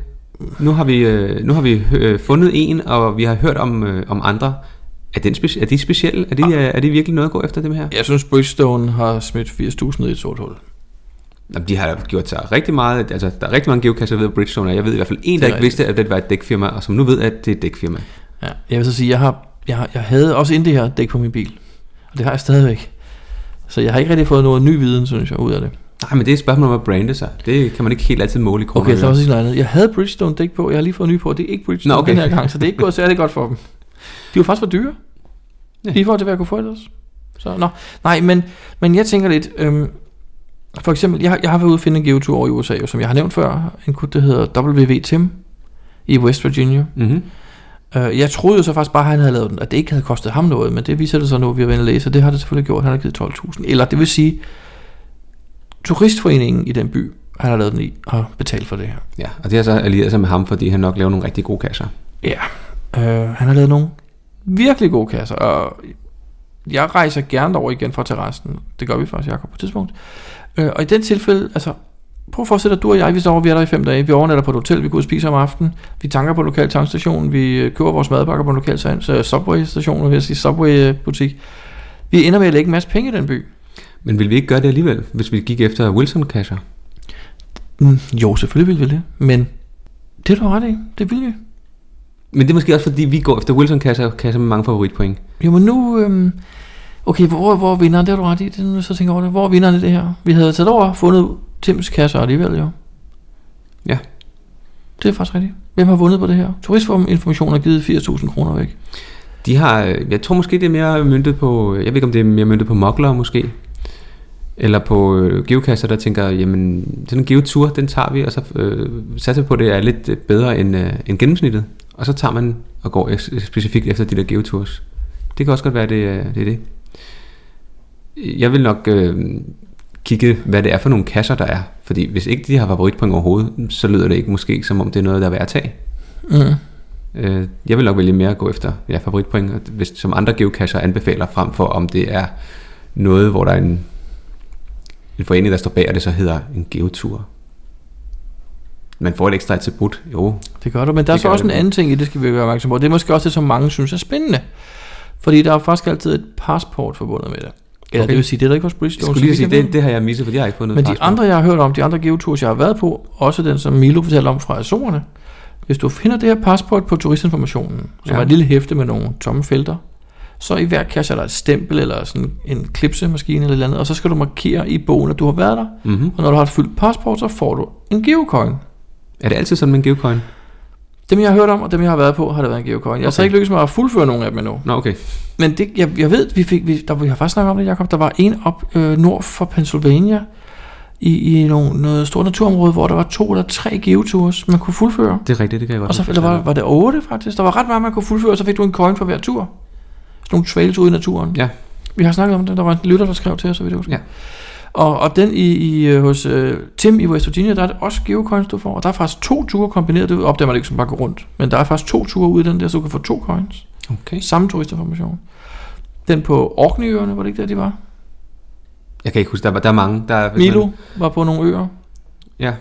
S6: Nu har vi, øh, nu har vi øh, fundet en, og vi har hørt om, øh, om andre. Er, den speci- er de øh, specielle? Er det, er, er det virkelig noget at gå efter dem her?
S7: Jeg synes, Bridgestone har smidt 80.000 ned i et sort hul.
S6: Jamen, de har gjort sig rigtig meget. Altså, der er rigtig mange geocacher ved Bridgestone, og jeg ved i hvert fald en, der
S7: er
S6: ikke vidste, at det var et dækfirma, og som nu ved, at det er et dækfirma.
S7: Ja, jeg vil så sige, jeg, har, jeg, har, jeg havde også inden det her dæk på min bil. Og det har jeg stadigvæk. Så jeg har ikke rigtig fået noget ny viden, synes jeg, ud af det.
S6: Nej, men det er et spørgsmål om at brande sig. Det kan man ikke helt altid måle i kroner.
S7: Okay, så
S6: og
S7: også
S6: øre.
S7: sige noget andet. Jeg havde Bridgestone dæk på, jeg har lige fået nye på, og det er ikke Bridgestone
S6: Nå, okay.
S7: den her gang, så det er ikke gået særlig godt for dem. De var faktisk for dyre.
S6: Ja.
S7: Ja. Lige for det, hvad jeg kunne få ellers. Så, nå. Nej, men, men jeg tænker lidt, øhm, for eksempel, jeg, har- jeg har været ude og finde en geotur over i USA, jo, som jeg har nævnt før, en gut, der hedder WV Tim i West Virginia.
S6: Mhm.
S7: Øh, jeg troede jo så faktisk bare, at han havde lavet den, og det ikke havde kostet ham noget, men det viser det så nu, vi har været inde og læse, og det har det selvfølgelig gjort, han har givet 12.000. Eller det vil sige, turistforeningen i den by, han har lavet den i, har betalt for det her.
S6: Ja, og det har så allieret sig med ham, fordi han nok laver nogle rigtig gode kasser.
S7: Ja, øh, han har lavet nogle virkelig gode kasser, og jeg rejser gerne over igen fra terrassen. Det gør vi faktisk, Jacob, på et tidspunkt. Øh, og i den tilfælde, altså, prøv at forestille dig, du og jeg, vi står over, vi er der i fem dage, vi overnatter på et hotel, vi går ud og spiser om aftenen, vi tanker på en lokal tankstation, vi øh, køber vores madpakker på en lokal sand- så subway-station, vil jeg sige, subway-butik. Vi ender med at lægge en masse penge i den by.
S6: Men ville vi ikke gøre det alligevel, hvis vi gik efter Wilson-kasser?
S7: Mm, jo, selvfølgelig ville vi det, men det er du ret i, det vil vi.
S6: Men det er måske også, fordi vi går efter Wilson-kasser kasser med mange favoritpoint.
S7: Jo, men nu... Øhm, okay, hvor, hvor er vinderen? Det har du ret i. Det er nu, jeg så tænker over det. Hvor er vinderen i det her? Vi havde taget over og fundet Tims kasser alligevel, jo.
S6: Ja.
S7: Det er faktisk rigtigt. Hvem har vundet på det her? Turistinformation har givet 80.000 kroner væk.
S6: De har, øh, jeg tror måske det er mere myntet på, øh, jeg ved ikke om det er mere myntet på mokler måske, eller på øh, geokasser, der tænker, jamen sådan en geotur, den tager vi, og så øh, satser på, at det er lidt øh, bedre end, øh, end gennemsnittet. Og så tager man og går eks- specifikt efter de der geotours. Det kan også godt være, det, er- det er det. Jeg vil nok øh, kigge, hvad det er for nogle kasser, der er. Fordi hvis ikke de har favoritpoint overhovedet, så lyder det ikke måske, som om det er noget, der er værd at tage.
S7: Mm.
S6: Øh, jeg vil nok vælge mere at gå efter ja, favoritpoint, og hvis, som andre geocacher anbefaler, frem for om det er noget, hvor der er en, en forening, der står bag, og det så hedder en geotur. Man får et ekstra attribut, jo.
S7: Det gør du, men der er
S6: Det
S7: så
S6: gør
S7: også
S6: det.
S7: en anden ting i det, skal vi være opmærksom på. Det er måske også det, som mange synes er spændende. Fordi der er faktisk altid et passport forbundet med det. Eller
S6: Okay.
S7: okay. det vil sige, det er der ikke hos
S6: Jeg
S7: Bridgestone.
S6: skulle
S7: så
S6: lige
S7: vidt
S6: sige,
S7: jeg ved.
S6: det, det har jeg misset, for jeg har ikke fået noget
S7: Men de
S6: passport.
S7: andre, jeg har hørt om, de andre geotours, jeg har været på, også den, som Milo fortalte om fra Azorerne, hvis du finder det her passport på turistinformationen, som
S6: Ja.
S7: ja. er et lille hæfte med nogle tomme felter, så i hver kasse er der et stempel eller sådan en klipsemaskine eller et eller andet, og så skal du markere i bogen, at du har været der.
S6: Mm-hmm.
S7: Og når du har et fyldt passport, så får du en geocoin.
S6: Er det altid sådan med en geocoin?
S7: Dem, jeg har hørt om, og dem, jeg har været på, har det været en geocoin. Jeg har så
S6: Okay.
S7: ikke lykkes med at fuldføre nogen af dem endnu.
S6: Nå, okay.
S7: Men det, jeg, jeg ved, vi fik, vi, der, vi har faktisk snakket om det, Jacob, der var en op øh, nord for Pennsylvania, i, i nogle, noget stort naturområde, hvor der var to eller tre geotours, man kunne fuldføre.
S6: Det er rigtigt, det kan jeg godt
S7: Og så
S6: huske.
S7: eller var, var det otte faktisk. Der var ret meget, man kunne fuldføre, og så fik du en coin for hver tur. Sådan nogle trails ude i naturen.
S6: Ja.
S7: Vi har snakket om det. Der var en lytter, der skrev til os, så vidt jeg husker.
S6: Ja.
S7: Og, og den i, i øh, hos øh, Tim i West Virginia, der er det også geocoins, du får. Og der er faktisk to ture kombineret. Det opdager man ikke, som bare går rundt. Men der er faktisk to ture ude i den der, så du kan få to coins.
S6: Okay.
S7: Samme turistinformation. Den på Orkneyøerne, var det ikke der, de var?
S6: Jeg kan ikke huske, der, var, der er mange. Der er, hvis man-
S7: Milo var på nogle øer.
S6: Ja,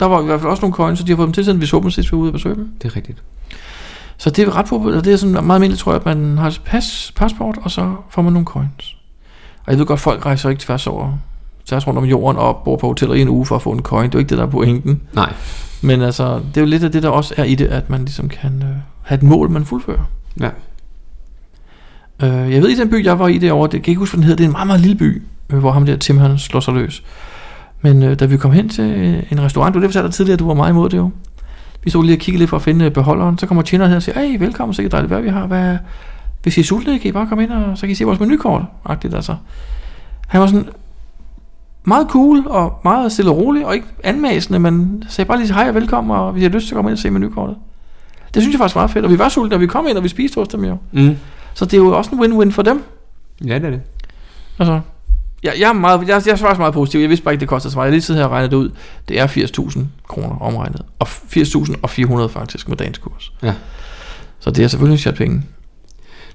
S7: Der var i hvert fald også nogle coins, så de har fået dem tilsendt, hvis håber, sidst vi var ude og besøge dem.
S6: det er rigtigt.
S7: Så det er ret populært, og det er sådan meget almindeligt, tror jeg, at man har et pas, passport, og så får man nogle coins. Og jeg ved godt, folk rejser ikke tværs over, tværs rundt om jorden og bor på hoteller i en uge for at få en coin. Det er jo ikke det, der er pointen.
S6: Nej,
S7: Men altså, det er jo lidt af det, der også er i det, at man ligesom kan øh, have et mål, man fuldfører.
S6: Ja.
S7: Øh, jeg ved, i den by, jeg var i derovre, det kan jeg ikke huske, hvad den hedder, det er en meget, meget lille by, øh, hvor ham der Tim, han slår sig løs. Men øh, da vi kom hen til øh, en restaurant, du det fortalte dig tidligere, at du var meget imod det jo. Vi stod lige og kiggede lidt for at finde øh, beholderen, så kommer tjeneren her og siger, hey, velkommen, sikkert dejligt, hvad vi har, hvad... Hvis I er sultne, kan I bare komme ind, og så kan I se vores menukort, agtigt altså. Han var sådan, meget cool og meget stille og rolig, og ikke anmasende, men sagde bare lige hej og velkommen, og hvis I har lyst, så kom ind og se menukortet. Det synes jeg faktisk var meget fedt, og vi var sultne, og vi kom ind, og vi spiste hos dem jo.
S6: Mm.
S7: Så det er jo også en win-win for dem.
S6: ja det er det.
S7: Altså, jeg, jeg, er meget, jeg, jeg er faktisk meget positiv. Jeg vidste bare ikke, det kostede så meget. Jeg har lige siddet her og regnet det ud. Det er 80.000 kroner omregnet. Og 80.000 og 400 faktisk med dagens kurs.
S6: Ja.
S7: Så det er selvfølgelig en chat penge.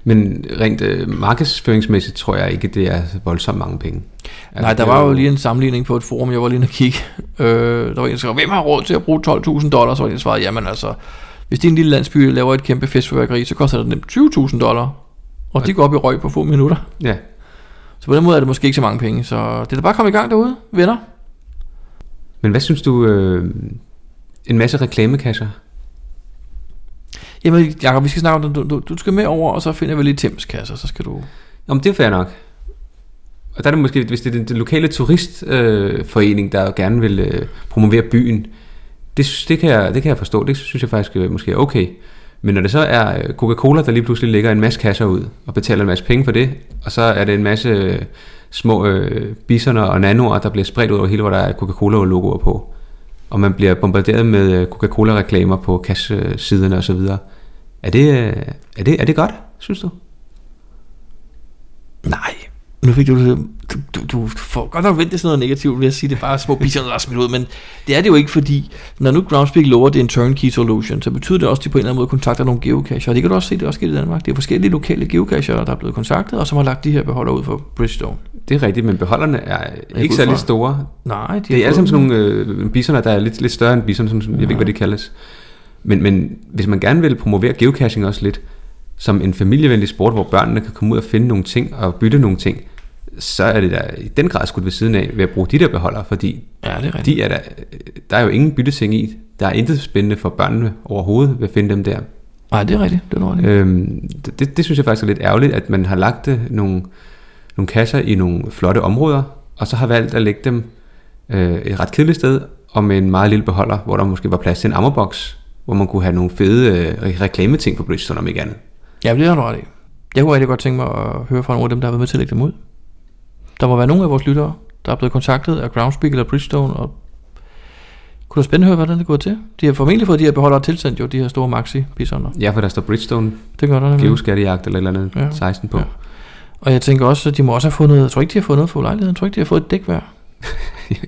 S6: Men rent øh, markedsføringsmæssigt tror jeg ikke, det er voldsomt mange penge. Altså,
S7: Nej, der
S6: det er
S7: var jo lige en sammenligning på et forum, jeg var lige inde og kigge. Øh, der var en, der skrev, hvem har råd til at bruge 12.000 dollars? Og en der svarede, jamen altså, hvis din lille landsby laver et kæmpe festfyrværkeri, så koster det nemt 20.000 dollar. Og de går op i røg på få minutter.
S6: Ja,
S7: Så på den måde er det måske ikke så mange penge. Så det er da bare at komme i gang derude, venner.
S6: Men hvad synes du, øh, en masse reklamekasser?
S7: Jamen, Jacob, vi skal snakke om det. Du, du, du skal med over, og så finder vi lige Tims kasser, så skal du...
S6: Nå, men det er fair nok. Og der er det måske, hvis det er den, den lokale turistforening, øh, forening, der gerne vil øh, promovere byen, det, sy- det, kan jeg, det kan jeg forstå. Det synes jeg faktisk øh, måske er okay. Men når det så er øh, Coca-Cola, der lige pludselig lægger en masse kasser ud og betaler en masse penge for det, og så er det en masse øh, små øh, bisoner og nanoer, der bliver spredt ud over hele, hvor der er Coca-Cola-logoer på, og man bliver bombarderet med øh, Coca-Cola-reklamer på kassesiderne osv., er det, øh, er, det, er det godt, synes du?
S7: Nej. Nu fik du det. Du, du, du får godt nok ventet sådan noget negativt, vil jeg sige. Det er bare små pisser, der er smidt ud. Men det er det jo ikke, fordi når nu Groundspeak lover, at det er en turnkey solution, så betyder det også, at de på en eller anden måde kontakter nogle geocacher. Og det kan du også se, det er også sket i Danmark. Det er forskellige lokale geocacher, der er blevet kontaktet, og som har lagt de her beholder ud for Bridgestone.
S6: Det er rigtigt, men beholderne er
S7: ud
S6: ikke særlig
S7: fra-
S6: store.
S7: Nej, de har
S6: Det er alle
S7: fået
S6: sammen
S7: dem.
S6: sådan nogle øh, bisoner, der er lidt, lidt større end bisoner, som, som, jeg ved ikke, hvad de kaldes. Men, men hvis man gerne vil promovere geocaching også lidt, som en familievenlig sport, hvor børnene kan komme ud og finde nogle ting og bytte nogle ting, så er det da i den grad skudt ved siden af ved at bruge de der beholder, fordi
S7: Ja, det er rigtigt.
S6: de er der, der er jo ingen bytteting i. Der er intet spændende for børnene overhovedet ved at finde dem der.
S7: Nej, det er rigtigt. Det er noget, det.
S6: Øhm, det- det, det synes jeg faktisk er lidt ærgerligt, at man har lagt øh, nogle, nogle kasser i nogle flotte områder, og så har valgt at lægge dem øh, et ret kedeligt sted, og med en meget lille beholder, hvor der måske var plads til en ammerboks, hvor man kunne have nogle fede øh, re- reklameting for Bridgestone om ikke andet.
S7: Ja, det har du ret i. Jeg kunne rigtig godt tænke mig at høre fra nogle af dem, der har været med til at lægge dem ud. Der må være nogle af vores lyttere, der er blevet kontaktet af Groundspeak eller Bridgestone, og kunne da spændende høre, hvordan det går til. De har formentlig fået de her beholdere tilsendt, jo, de her store maxi pissoner
S6: Ja, for der står Bridgestone,
S7: Det gør der nemlig.
S6: geoskattejagt eller et eller andet
S7: Ja.
S6: ja. 16 på.
S7: Ja.
S6: Ja.
S7: Og jeg tænker også, at de må også have fået noget, jeg tror ikke, de har fået noget for lejligheden, jeg tror ikke, de har fået et dæk hver.
S6: [laughs]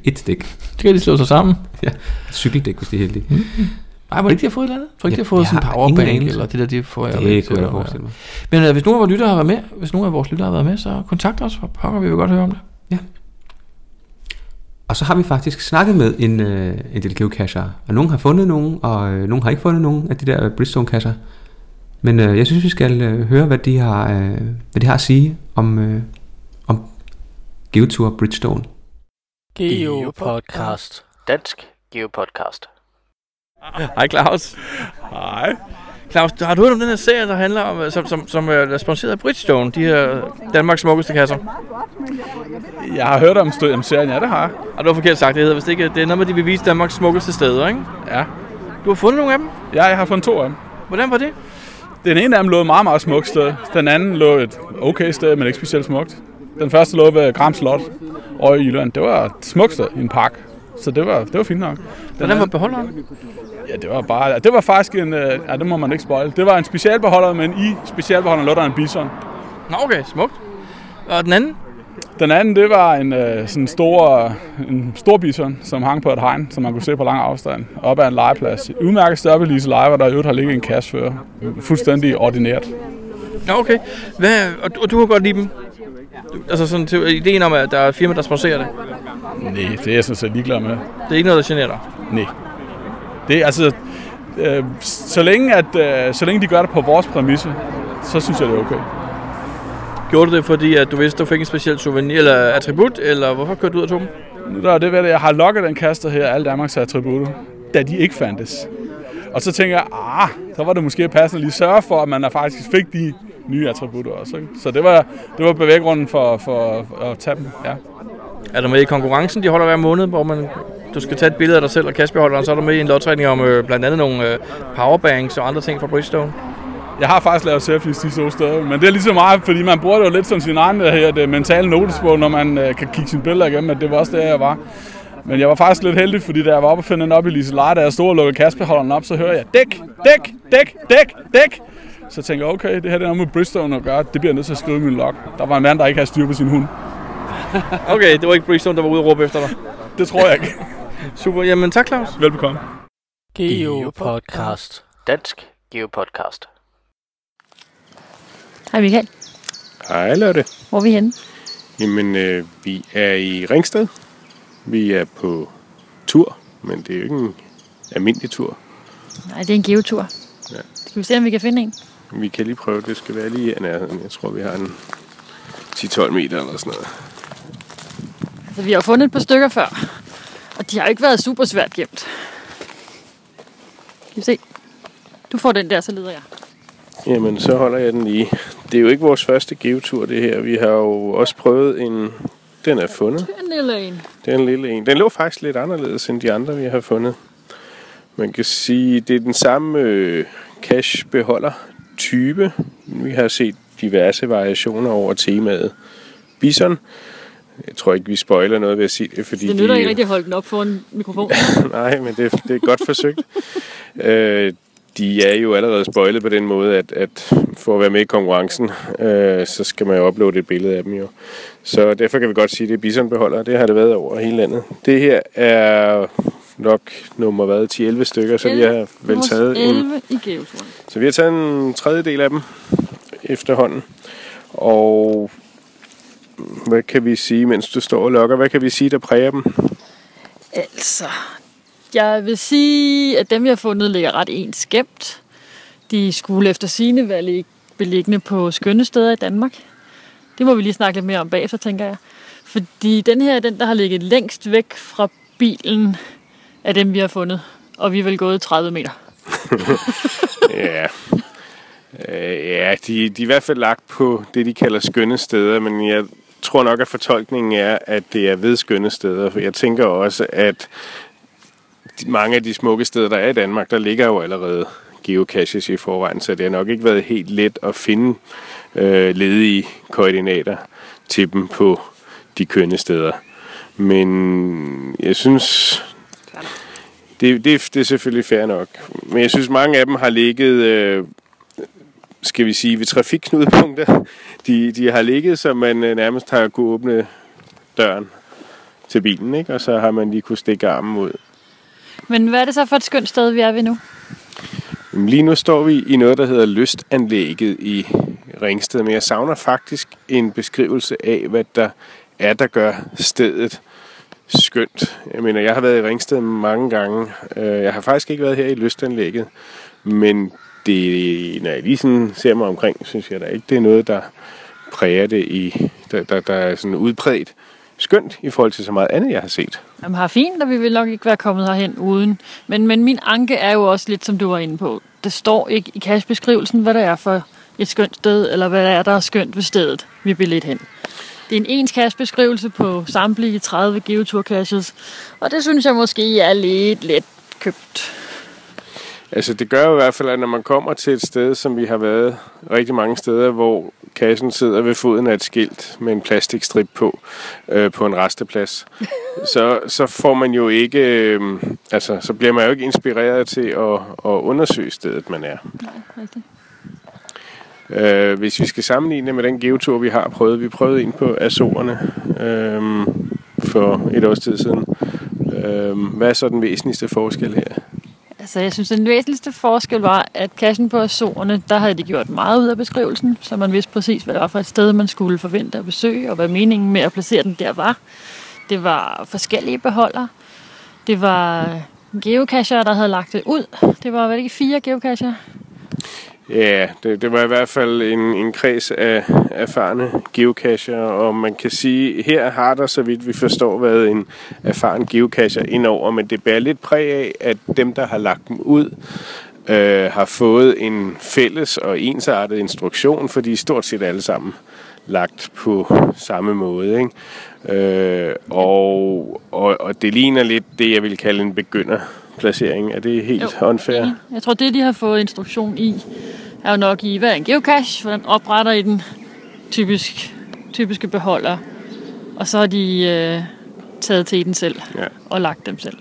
S6: et dæk.
S7: Det kan de slå sig sammen. Mm.
S6: Et cykeldæk, hvis det er heldigt.
S7: Nej, var det ikke, de har fået et eller andet? Jeg tror ikke, de
S6: Ja,
S7: har fået
S6: jeg
S7: sådan en
S6: har ingen
S7: powerbank
S6: anelse.
S7: eller det der, de får. jeg ved
S6: Det
S7: ikke,
S6: kunne jeg
S7: eller hvad.
S6: forestille mig.
S7: Men øh, hvis nogen af vores lyttere har været med, hvis nogen af vores lyttere har været med, så kontakt os, for pokker, vi vil godt høre om det.
S6: Og så har vi faktisk snakket med en, øh, en del geocacher, og nogen har fundet nogen, og øh, nogen har ikke fundet nogen af de der øh, Bridgestone-kasser. Men øh, jeg synes, vi skal øh, høre, hvad de, har, øh, hvad de har at sige om, øh, om Geotour Bridgestone.
S4: Geopodcast. Dansk Geopodcast.
S3: Hej Claus. Hej. Claus, har du hørt om den her serie, der handler om, øh, som, som, som øh, er sponsoreret af Bridgestone, de her Danmarks smukkeste kasser?
S8: Jeg har hørt om stød om serien, ja det har jeg.
S3: Og det var forkert sagt, det hedder vist ikke. Det er noget med, at de vil vise Danmarks smukkeste steder, ikke?
S8: Ja.
S3: Du har fundet nogle af dem.
S8: Ja, jeg har fundet to af dem.
S3: Hvordan var det?
S8: Den ene af dem lå et meget, meget smukt sted. Den anden lå et okay sted, men ikke specielt smukt. Den første lå ved Gram Slot og i Jylland. Det var et smukt sted i en park. Så det var, det var fint nok. Den
S3: Hvordan var
S8: anden-
S3: beholderen?
S8: Ja, det var bare... Det var faktisk en... øh, Ja, det må man ikke spoil. Det var en specialbeholder, men i specialbeholderen lå der en bison.
S3: Nå, okay, smukt. Og den anden?
S8: Den anden, det var en øh, sådan stor, en stor bison, som hang på et hegn, som man kunne se på lang afstand, op ad en legeplads. Udmærket større Lise Leje, hvor der i øvrigt har ligget en kasse før. Fuldstændig ordinært.
S3: Nå, okay. Hvad, og, du, og du kan godt lide dem? Du- Altså sådan til, ideen om, at der er et firma, der sponsorerer det.
S8: Nej, det er jeg sådan set ligeglad med.
S3: Det er ikke noget, der generer dig.
S8: Nej. Det er altså... Øh, så, længe at, øh, så længe de gør det på vores præmisse, så synes jeg, det er okay.
S3: Gjorde du det, fordi at du vidste, du fik en speciel souvenir eller attribut, eller hvorfor kørte du ud af tomen?
S8: Nu der er det ved det, jeg har lokket den kaster her, alle Danmarks attributter, da de ikke fandtes. Og så tænker jeg, ah, så var det måske passende lige at sørge for, at man faktisk fik de nye attributter også. Ikke? Så det var, det var bevæggrunden for, for, for at tage dem. Ja.
S3: Er du med i konkurrencen, de holder hver måned, hvor man, du skal tage et billede af dig selv og kassebeholderen, så er du med i en lodtrækning om øh, blandt andet nogle øh, powerbanks og andre ting fra
S8: [laughs]
S3: Bridgestone?
S8: Jeg har faktisk lavet selfies de to steder, men det er lige så meget, fordi man bruger det jo lidt som sin egen øh, her, det mentale notesbog, når man øh, kan kigge sine billeder igennem, at det var også der, jeg var. Men jeg var faktisk lidt heldig, fordi da jeg var oppe og finde den op i Lise Leje, da jeg stod og lukkede kassebeholderen op, så hører jeg, dæk, dæk, dæk, dæk, dæk. Så tænker jeg, okay, det her det er noget med Bristol at gøre, det bliver jeg nødt til at skrive i min log. Der var en mand, der ikke havde styr på sin hund.
S3: Okay, det var ikke Bridgestone, der var ude og råbe efter dig.
S8: Det tror jeg ikke.
S3: [laughs] Super, jamen tak Claus.
S8: Velbekomme.
S4: Geopodcast. Dansk Geopodcast.
S11: Hej Michael,
S12: Hej Lotte.
S11: hvor er vi henne?
S12: Jamen, øh, vi er i Ringsted. Vi er på tur, men det er jo ikke en almindelig tur.
S11: Nej, det er en geotur.
S12: Ja.
S11: Skal vi se, om vi kan finde en?
S12: Vi kan lige prøve, det skal være lige i nærheden. Jeg tror, vi har en 10-12 meter eller sådan noget.
S11: Altså, vi har jo fundet et par stykker før. Og de har jo ikke været super svært gemt. Kan vi se. Du får den der, så leder jeg.
S12: Jamen, så holder jeg den lige. Det er jo ikke vores første geotur, det her. Vi har jo også prøvet en... Den er fundet.
S11: Den lille en.
S12: Det er en lille en. Den lå faktisk lidt anderledes end de andre, vi har fundet. Man kan sige, det er den samme øh, cash-beholder-type. Vi har set diverse variationer over temaet bison. Jeg tror ikke, vi spoiler noget ved at sige det, fordi
S11: Det nytter
S12: de,
S11: ikke rigtig at holde den op foran mikrofonen.
S12: Nej, men det, det er godt forsøgt. øh, de er jo allerede spoilet på den måde, at, at for at være med i konkurrencen, øh, så skal man jo uploade et billede af dem jo. Så derfor kan vi godt sige, at det er bisonbeholder. Det har det været over hele landet. Det her er nok nummer hvad, 10-11 stykker, [laughs] så vi har vel
S11: Vores
S12: taget en
S11: 11 i geoturen.
S12: så vi har taget en tredjedel af dem efterhånden. Og hvad kan vi sige, mens du står og lokker? Hvad kan vi sige, der præger dem?
S11: Altså, jeg vil sige, at dem, jeg har fundet, ligger ret ens gemt. De skulle efter sine være lig- beliggende på skønne steder i Danmark. Det må vi lige snakke lidt mere om bagefter, tænker jeg. Fordi den her er den, der har ligget længst væk fra bilen af dem, vi har fundet. Og vi er vel gået 30 meter.
S12: [laughs] ja. Øh, ja, de, de er i hvert fald lagt på det, de kalder skønne steder, men jeg tror nok, at fortolkningen er, at det er ved skønne steder. For jeg tænker også, at de- mange af de smukke steder, der er i Danmark, der ligger jo allerede geocaches i forvejen, så det har nok ikke været helt let at finde øh, ledige koordinater til dem på de kønne steder. Men jeg synes, det, det, det er selvfølgelig fair nok. Men jeg synes, mange af dem har ligget, øh, skal vi sige, ved trafikknudepunkter. De, de har ligget, så man øh, nærmest har kunne åbne døren til bilen, ikke? og så har man lige kunne stikke armen ud.
S11: Men hvad er det så for et skønt sted, vi er ved nu?
S12: Jamen, Lige nu står vi i noget, der hedder lystanlægget i Ringsted, men jeg savner faktisk en beskrivelse af, hvad der er, der gør stedet skønt. Jeg mener, jeg har været i Ringsted mange gange. Øh, Jeg har faktisk ikke været her i lystanlægget, men det, når jeg lige sådan ser mig omkring, synes jeg da ikke, det er noget, der præger det i, der, der, der er sådan udbredt skønt i forhold til så meget andet, jeg har set.
S11: Jamen, har fint, og vi vil nok ikke være kommet herhen uden. Men, men min anke er jo også lidt, som du var inde på. Det står ikke i cashbeskrivelsen, hvad der er for et skønt sted, eller hvad der er, der er skønt ved stedet, vi bliver lidt hen. Det er en ens cashbeskrivelse på samtlige 30 geotur caches, og det synes jeg måske er lidt let købt.
S12: Altså det gør jo i hvert fald, at når man kommer til et sted, som vi har været rigtig mange steder, hvor kassen sidder ved foden af et skilt med en plastikstrip på, øh, på en resteplads, så, så får man jo ikke, øh, altså så bliver man jo ikke inspireret til at, at undersøge stedet, man er.
S11: Rigtigt.
S12: Øh, hvis vi skal sammenligne det med den geotur, vi har prøvet, vi prøvede en på Azorerne øh, for et års tid siden. Øh, hvad er så den væsentligste forskel her?
S11: Altså, jeg synes, den væsentligste forskel var, at kassen på Azorerne, der havde de gjort meget ud af beskrivelsen, så man vidste præcis, hvad det var for et sted, man skulle forvente at besøge, og hvad meningen med at placere den der var. Det var forskellige beholdere. Det var geocacher, der havde lagt det ud. Det var vel ikke fire geocacher?
S12: Ja, det, det var i hvert fald en, en kreds af erfarne geocacher, og man kan sige, her har der, så vidt vi forstår, været en erfaren geocacher indover, men det bærer lidt præg af, at dem, der har lagt dem ud, øh, har fået en fælles og ensartet instruktion, for de er stort set alle sammen lagt på samme måde. Ikke? Øh, og, og, og det ligner lidt det, jeg vil kalde en begynderplacering. Er det helt jo. unfair?
S11: Jeg tror, det de har fået instruktion i, er jo nok i, hvad er en geocache? Hvordan opretter I den? Typisk, typiske beholder. Og så har de øh, taget til den selv
S12: Ja.
S11: og lagt dem selv.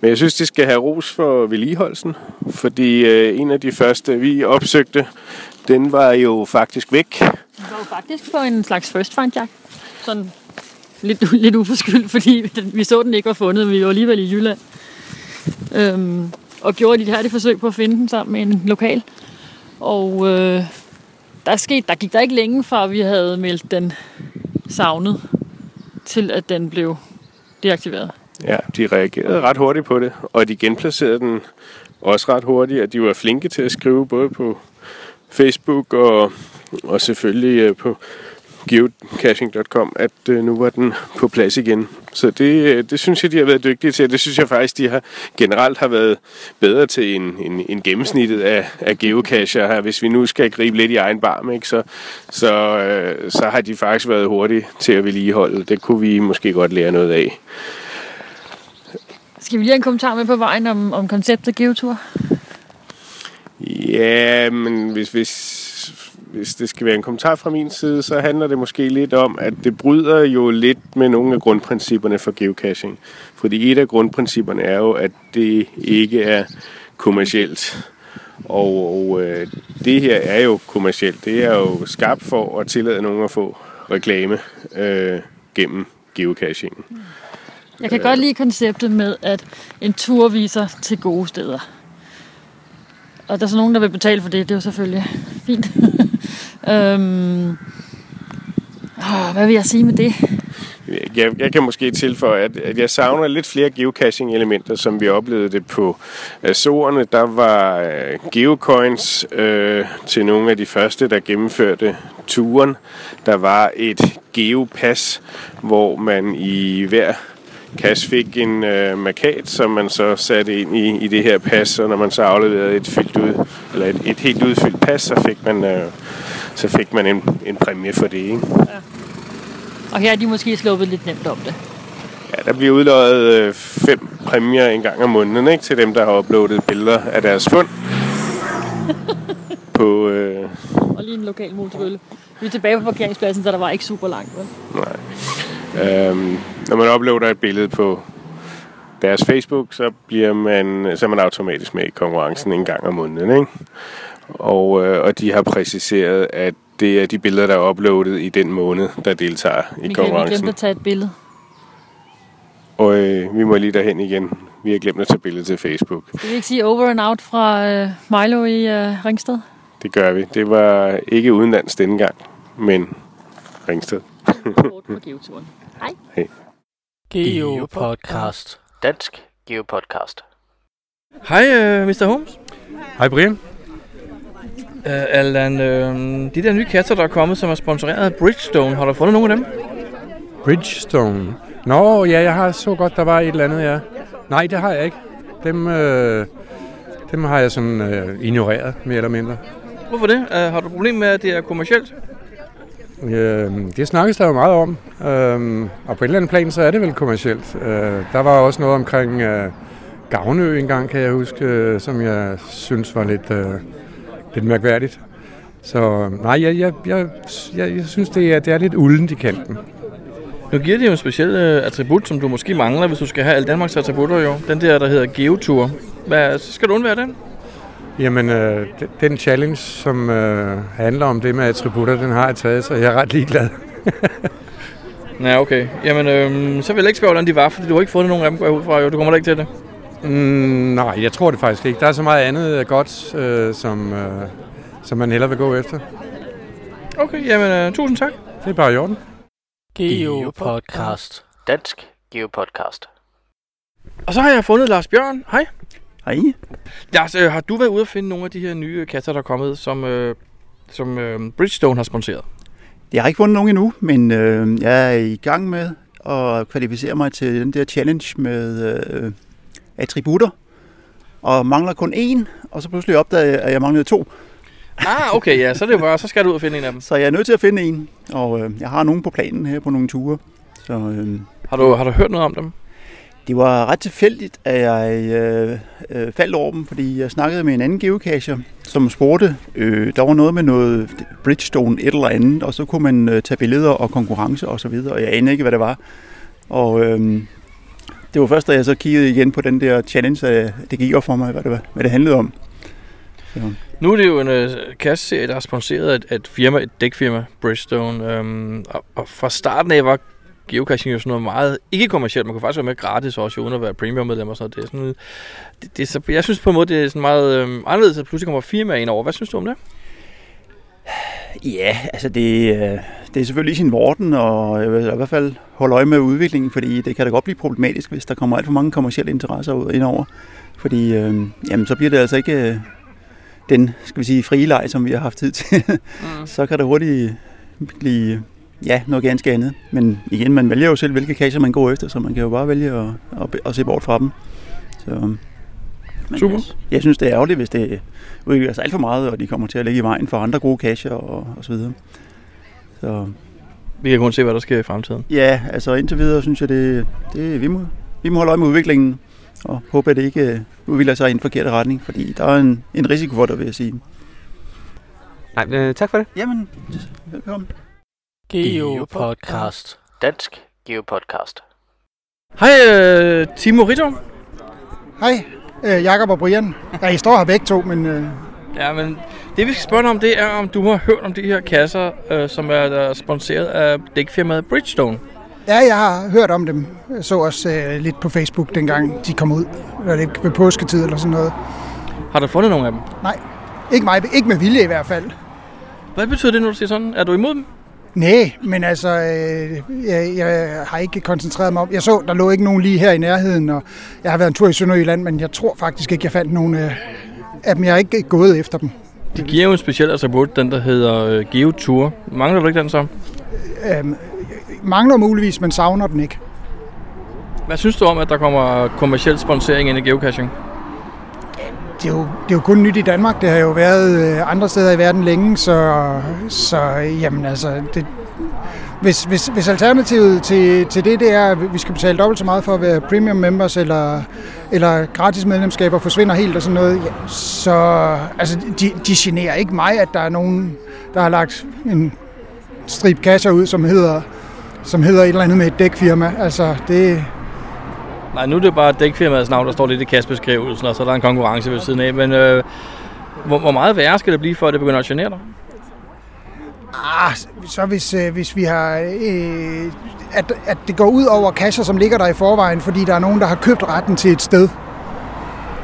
S12: Men jeg synes, de skal have ros for vedligeholdelsen, fordi øh, en af de første, vi opsøgte, den var jo faktisk væk.
S11: Det var jo faktisk på en slags first find jagt. Sådan lidt, lidt uforskyldt, [laughs] fordi den, vi så den ikke var fundet, men vi var alligevel i Jylland. Øhm, og gjorde et her forsøg på at finde den sammen med en lokal. Og øh, der, skete, der gik der ikke længe fra, vi havde meldt den savnet, til at den blev deaktiveret.
S12: Ja, de reagerede ret hurtigt på det, og de genplacerede den også ret hurtigt, og de var flinke til at skrive både på Facebook og, og selvfølgelig øh, på geocaching.com, at øh, nu var den på plads igen. Så det, øh, det synes jeg, de har været dygtige til, og det synes jeg faktisk, de har generelt har været bedre til en, en, en gennemsnittet af, af geocacher her. Hvis vi nu skal gribe lidt i egen barm, ikke, så, så, øh, så har de faktisk været hurtige til at vedligeholde. Det kunne vi måske godt lære noget af.
S11: Skal vi lige have en kommentar med på vejen om, om konceptet geotur?
S12: Ja, men hvis, hvis, hvis det skal være en kommentar fra min side, så handler det måske lidt om, at det bryder jo lidt med nogle af grundprincipperne for geocaching. Fordi et af grundprincipperne er jo, at det ikke er kommercielt. Og, og øh, det her er jo kommercielt. Det er jo skabt for at tillade nogen at få reklame øh, gennem geocachingen.
S11: Jeg kan godt lide konceptet med, at en tur viser til gode steder. Og der er så nogen, der vil betale for det. Det er jo selvfølgelig fint. [laughs] øhm. oh, hvad vil jeg sige med det?
S12: Jeg, jeg kan måske tilføje, at, at jeg savner lidt flere geocaching-elementer, som vi oplevede det på Azorerne. Der var øh, geocoins øh, til nogle af de første, der gennemførte turen. Der var et geopas, hvor man i hver Kas fik en øh, markat, som man så satte ind i, i det her pas, og når man så afleverede et, fyldt ud, eller et, et helt udfyldt pas, så fik man, øh, så fik man en, en præmie for det. Ikke?
S11: Og her er de måske sluppet lidt nemt om det.
S12: Ja, der bliver udløjet øh, fem præmier en gang om måneden ikke, til dem, der har uploadet billeder af deres fund. på, øh,
S11: Og lige en lokal motorøl. Vi er tilbage på parkeringspladsen, så der var ikke super langt. Vel?
S12: Nej. Øhm, når man uploader et billede på deres Facebook, så, bliver man, så er man automatisk med i konkurrencen en gang om måneden. Ikke? Og, øh, og de har præciseret, at det er de billeder, der er uploadet i den måned, der deltager i
S11: Michael, vi
S12: konkurrencen.
S11: glemte at tage et billede.
S12: Og øh, vi må lige derhen igen. Vi har glemt at tage billede til Facebook.
S11: Skal vi ikke sige over and out fra øh, Milo i øh, Ringsted?
S12: Det gør vi. Det var ikke udenlands denne gang, men Ringsted.
S11: På geoturen.
S12: Hej.
S4: Geo Podcast. Dansk Geo Podcast.
S7: Hej, øh, Mr. Holmes. Hej, Brian. Øh, Allan, øh, de der nye kasser, der er kommet, som er sponsoreret af Bridgestone, har du fundet nogle af dem?
S13: Bridgestone. Nå, ja, jeg har så godt, der var et eller andet, ja. Nej, det har jeg ikke. Dem, øh, dem har jeg sådan øh, ignoreret, mere eller mindre.
S7: Hvorfor det? Øh, har du problem med, at det er kommercielt?
S13: Øh, det snakkes der jo meget om, øh, og på et eller andet plan, så er det vel kommercielt. Øh, der var også noget omkring øh, Gavnø engang, kan jeg huske, øh, som jeg synes var lidt, øh, lidt mærkværdigt. Så øh, nej, jeg, jeg, jeg, jeg, jeg synes, det er, det er lidt uldent i kanten.
S7: Nu giver det jo en speciel øh, attribut, som du måske mangler, hvis du skal have alle Danmarks attributter jo. Den der, der hedder Geotur. Hvad, så skal du undvære den?
S13: Jamen, øh, de- den challenge, som øh, handler om det med attributter, den har jeg taget, så jeg er ret ligeglad.
S7: Ja, okay. Jamen, øh, så vil jeg ikke spørge, hvordan de var, fordi du har ikke fundet nogen af dem, går jeg ud fra. Jo. Du kommer da ikke til det.
S13: mm, nej, jeg tror det faktisk ikke. Der er så meget andet øh, godt, øh, som, øh, som man hellere vil gå efter.
S7: Okay, jamen, øh, tusind tak.
S13: Det er bare i orden.
S4: Geo Podcast. Dansk Geo Podcast.
S7: Og så har jeg fundet Lars Bjørn. Hej.
S14: Hej.
S7: Lars, øh, har du været ude at finde nogle af de her nye kasser, der er kommet, som, øh, som øh, Bridgestone har sponsoreret?
S14: Jeg har ikke vundet nogen endnu, men øh, jeg er i gang med at kvalificere mig til den der challenge med øh, attributter. Og mangler kun én, og så pludselig opdagede jeg, at jeg manglede to.
S7: Ah, okay, [laughs] ja, så er det jo bare, så skal du ud og finde en af dem.
S14: Så jeg er nødt til at finde en, og øh, jeg har nogen på planen her på nogle ture. Så, øh,
S7: har, du, har du hørt noget om dem?
S14: Det var ret tilfældigt, at jeg øh, øh, faldt over dem, fordi jeg snakkede med en anden geocacher, som spurgte, øh, der var noget med noget Bridgestone et eller andet, og så kunne man øh, tage billeder og konkurrencer og så videre, og jeg anede ikke, hvad det var. Og øh, det var først, da jeg så kiggede igen på den der challenge, at det gik op for mig, hvad det, var, hvad det handlede om. Så,
S7: Nu er det jo en øh, kasseserie, der har sponsoreret et, et, firma, et dækfirma, Bridgestone. Øhm, og, og fra starten af var geocaching jo sådan noget meget ikke kommercielt. Man kunne faktisk være med gratis også, jo, uden at være premium-medlem og sådan noget. Det er sådan, det, det er så, jeg synes på en måde, det er sådan meget øhm, anderledes, at pludselig kommer firmaer ind over. Hvad synes du om det?
S14: Ja, altså det, øh, det er selvfølgelig i sin vorden, og jeg vil i hvert fald holde øje med udviklingen, fordi det kan da godt blive problematisk, hvis der kommer alt for mange kommersielle interesser ud indover. Fordi øh, jamen, så bliver det altså ikke øh, den skal vi sige, frie leg, som vi har haft tid til. Mm. så kan det hurtigt blive Ja, noget ganske andet. Men igen, man vælger jo selv, hvilke kasser man går efter, så man kan jo bare vælge at, at, at se bort fra dem. Så, men
S7: Super.
S14: Jeg, jeg synes, det er ærgerligt, hvis det udvikler sig alt for meget, og de kommer til at ligge i vejen for andre gode kasser og, og så videre. Så
S7: Vi kan kun se, hvad der sker i fremtiden.
S14: Ja, altså indtil videre synes jeg, det, det vi, må, vi må holde øje med udviklingen og håbe, at det ikke øh, udvikler sig i en forkert retning, fordi der er en, en risiko for det, vil jeg sige.
S6: Nej, men, øh, tak for det.
S14: Jamen, velkommen.
S4: Geopodcast. Dansk Geopodcast.
S7: Hej, øh, Timo Ritter.
S15: Hej, øh, Jakob og Brian. Ja, I står her begge to, men øh,
S7: Ja, men det vi skal spørge dig om, det er, om du har hørt om de her kasser, øh, som er øh, sponsoreret af dækfirmaet Bridgestone.
S15: ja, jeg har hørt om dem. Jeg så også øh, lidt på Facebook, dengang de kom ud. Eller det ved påsketid eller sådan noget.
S7: Har du fundet nogle af dem?
S15: Nej, ikke, mig, ikke med vilje i hvert fald.
S7: Hvad betyder det, når du siger sådan? Er du imod dem?
S15: Nej, men altså, øh, jeg, jeg har ikke koncentreret mig om... Jeg så, der lå ikke nogen lige her i nærheden, og jeg har været en tur i Sønderjylland, men jeg tror faktisk ikke, jeg fandt nogen øh, af dem. Jeg har ikke gået efter dem.
S7: De giver jo en speciel attribut, den der hedder øh, Geotour. Mangler du ikke den så?
S15: Øh, mangler muligvis, men savner den ikke.
S7: Hvad synes du om, at der kommer kommersiel sponsering ind i geocaching?
S15: det er, jo, det er jo kun nyt i Danmark. Det har jo været øh, andre steder i verden længe, så, så jamen altså, det, hvis, hvis, hvis alternativet til, til det, det er, at vi skal betale dobbelt så meget for at være premium members, eller, eller gratis medlemskaber forsvinder helt og sådan noget, ja, så altså, de, de generer ikke mig, at der er nogen, der har lagt en strip kasser ud, som hedder, som hedder et eller andet med et dækfirma. Altså, det,
S7: Nej, nu er det bare dækfirmaets navn, der står lidt i kastbeskrivelsen, og så er der en konkurrence ved siden af. Men øh, hvor, hvor meget værre skal det blive, for at det begynder at genere dig?
S15: Ah, så hvis, øh, hvis vi har... Øh, at, at det går ud over kasser, som ligger der i forvejen, fordi der er nogen, der har købt retten til et sted.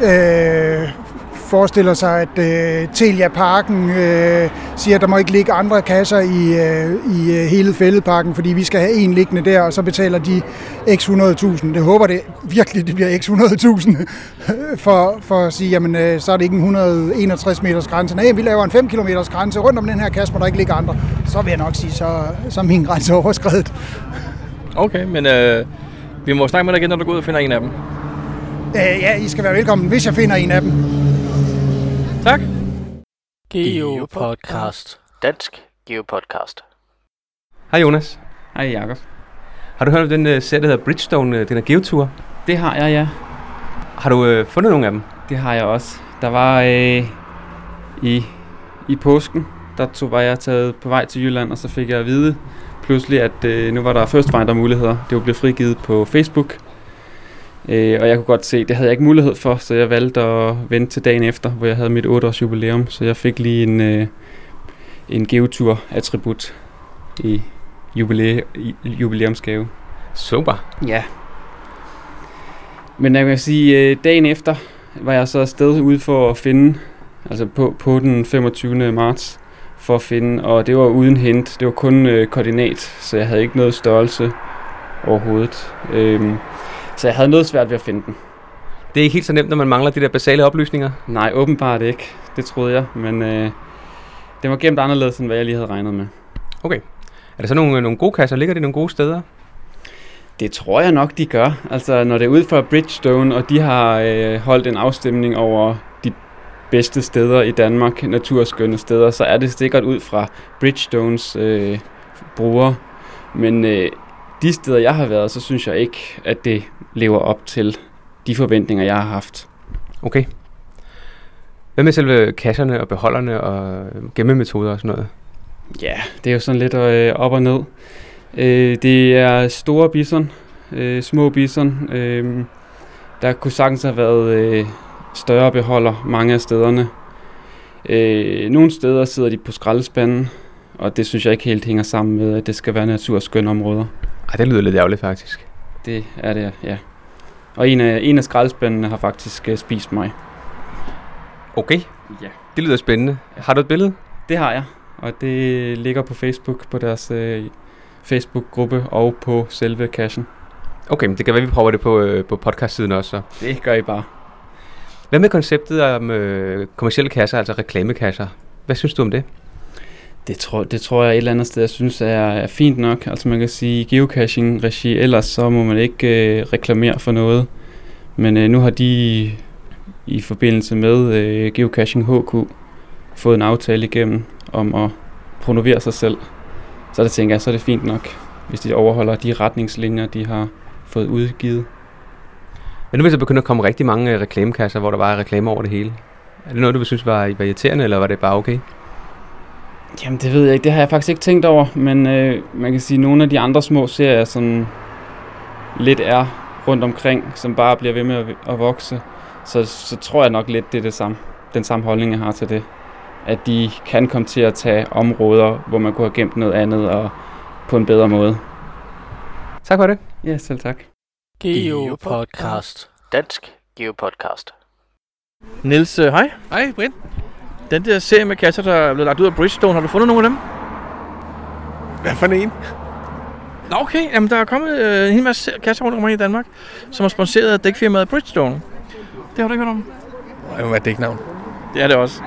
S15: Øh, forestiller sig, at øh, Telia Parken øh, siger, at der må ikke ligge andre kasser i, øh, i øh, hele fældeparken, fordi vi skal have en liggende der, og så betaler de x 100.000. Det håber det virkelig, det bliver x 100.000 [laughs] for, for at sige, jamen øh, så er det ikke en 161 meters grænse. Nej, vi laver en 5 km grænse rundt om den her kasse, hvor der ikke ligger andre. Så vil jeg nok sige, så, så er min grænse overskrevet.
S7: Okay, men øh, vi må snakke med dig igen, når du går ud og finder en af dem.
S15: Øh, ja, I skal være velkommen, hvis jeg finder en af dem.
S7: Tak.
S4: Geopodcast. Dansk Geopodcast.
S6: Hej Jonas.
S16: Hej Jakob.
S6: Har du hørt om den uh, serie, der hedder Bridgestone, uh, den her geotur?
S16: Det har jeg, ja.
S6: Har du øh, fundet nogle af dem?
S16: Det har jeg også. Der var øh, i, i påsken, der tog, var jeg taget på vej til Jylland, og så fik jeg at vide pludselig, at øh, nu var der First Finder muligheder. Det var blevet frigivet på Facebook. Øh, og jeg kunne godt se, det havde jeg ikke mulighed for, så jeg valgte at vente til dagen efter, hvor jeg havde mit 8-års jubilæum. Så jeg fik lige en, øh, en geotur-attribut i, jubilæ- i jubilæumsgave.
S6: Super.
S16: Ja. Men jeg kan sige, øh, dagen efter var jeg så afsted ude for at finde, altså på, på den 25. marts, for at finde, og det var uden hint, det var kun øh, koordinat, så jeg havde ikke noget størrelse overhovedet. Øhm, så jeg havde noget svært ved at finde den.
S6: Det er ikke helt så nemt, når man mangler de der basale oplysninger.
S16: Nej, åbenbart ikke. Det troede jeg, men øh, den var gemt anderledes, end hvad jeg lige havde regnet med.
S6: Okay. Er der så nogle, øh, nogle gode kasser? Ligger de nogle gode steder?
S16: Det tror jeg nok, de gør. Altså, når det er ude for Bridgestone, og de har øh, holdt en afstemning over de bedste steder i Danmark, naturskønne steder, så er det sikkert ud fra Bridgestones øh, brugere. Men øh, de steder, jeg har været, så synes jeg ikke, at det lever op til de forventninger, jeg har haft.
S6: Okay. Hvad med selve kasserne og beholderne og øh, gemmemetoder og sådan noget?
S16: Ja, det er jo sådan lidt øh, op og ned. Øh, det er store bison, øh, små bison. Øh, der kunne sagtens have været øh, større beholder mange af stederne. Øh, nogle steder sidder de på skraldespanden, og det synes jeg ikke helt hænger sammen med, at det skal være naturskønne områder.
S6: Ej, det lyder lidt ærgerligt faktisk.
S16: Det er det, ja. Og en af, en af skraldespandene har faktisk øh, spist mig.
S6: Okay.
S16: Ja.
S6: Det lyder spændende. Har du et billede?
S16: Det har jeg, og det ligger på Facebook, på deres øh, Facebook-gruppe og på selve cashen.
S6: Okay, men det kan være, vi prøver det på, øh, på podcast-siden også. Så.
S16: Det gør I bare.
S6: Hvad med konceptet om øh, kommersielle kasser, altså reklamekasser? Hvad synes du om det?
S16: Det tror, det tror jeg et eller andet sted, jeg synes er, er fint nok. Altså man kan sige, geocaching-regi, ellers så må man ikke øh, reklamere for noget. Men øh, nu har de i forbindelse med øh, Geocaching HQ fået en aftale igennem om at promovere sig selv. Så der tænker jeg, så er det fint nok, hvis de overholder de retningslinjer, de har fået udgivet.
S6: Men nu vil der begynde at komme rigtig mange øh, reklamekasser, hvor der var reklamer over det hele. Er det noget, du vil synes var, var irriterende, eller var det bare okay?
S16: Jamen det ved jeg ikke, det har jeg faktisk ikke tænkt over, men øh, man kan sige, at nogle af de andre små serier, som lidt er rundt omkring, som bare bliver ved med at, at vokse, så, så tror jeg nok lidt, det er det samme, den samme holdning, jeg har til det. At de kan komme til at tage områder, hvor man kunne have gemt noget andet og på en bedre måde.
S6: Tak for det.
S16: Ja, selv tak.
S4: Geopodcast. Dansk Geopodcast.
S7: Niels, øh, hej.
S5: Hej, Brind.
S7: Den der serie med kasser, der er blevet lagt ud af Bridgestone, har du fundet nogle af dem?
S17: Hvad for en?
S7: Nå, okay. Jamen, der er kommet øh, en hel masse serier- kasser rundt omkring i Danmark, som er sponsoreret af dækfirmaet Bridgestone. Det har du ikke hørt om?
S5: Det må være et dæknavn.
S7: Det er det også.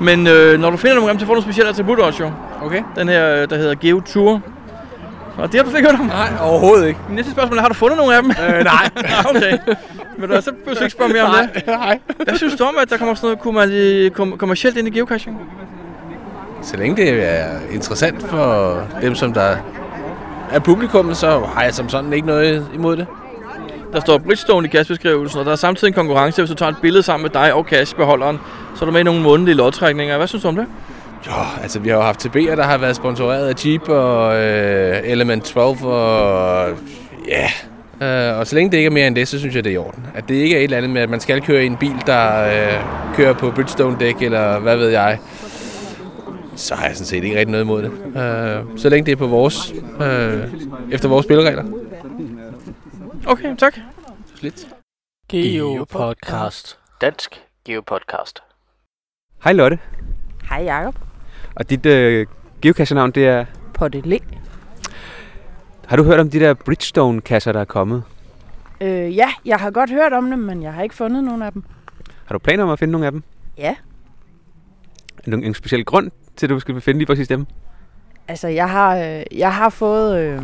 S7: Men øh, når du finder nogle af dem, så får du nogle specielle attributter også jo.
S5: Okay.
S7: Den her, øh, der hedder Geo Tour. Og det har du slet ikke hørt om?
S5: Nej, overhovedet ikke.
S7: Min næste spørgsmål er, har du fundet nogle af dem? [laughs]
S5: Øh, nej.
S7: okay. Men du, så behøver du ikke spørge mere om det.
S5: [laughs] Nej.
S7: Hvad synes du om, at der kommer sådan noget kommerci- kom- kommercielt ind i geocaching?
S5: Så længe det er interessant for dem, som der er publikum, så har jeg som sådan ikke noget imod det.
S7: Der står Bridgestone i gasbeskrivelsen, og der er samtidig en konkurrence, hvis du tager et billede sammen med dig og cashbeholderen, så er du med i nogle månedlige lodtrækninger. Hvad synes du om det?
S5: Jo, altså vi har jo haft TB'er, der har været sponsoreret af Jeep og øh, Element 12 og ja. Øh, og så længe det ikke er mere end det, så synes jeg, det er i orden. At det ikke er et eller andet med, at man skal køre i en bil, der øh, kører på Bridgestone-dæk, eller hvad ved jeg. Så har jeg sådan set ikke rigtig noget imod det. Øh, så længe det er på vores, øh, efter vores spilleregler.
S7: Okay, tak.
S5: Lidt.
S4: Geopodcast. Dansk Geopodcast.
S6: Hej Lotte.
S18: Hej Jacob.
S6: Og dit øh, geocache-navn, det er...
S18: Pottelé.
S6: Har du hørt om de der Bridgestone-kasser, der er kommet?
S18: Øh, ja, jeg har godt hørt om dem, men jeg har ikke fundet nogen af dem.
S6: Har du planer om at finde nogle af dem?
S18: Ja,
S6: Er der en speciel grund til, at du skal finde lige præcis dem?
S18: altså jeg har, øh, jeg har fået, øh,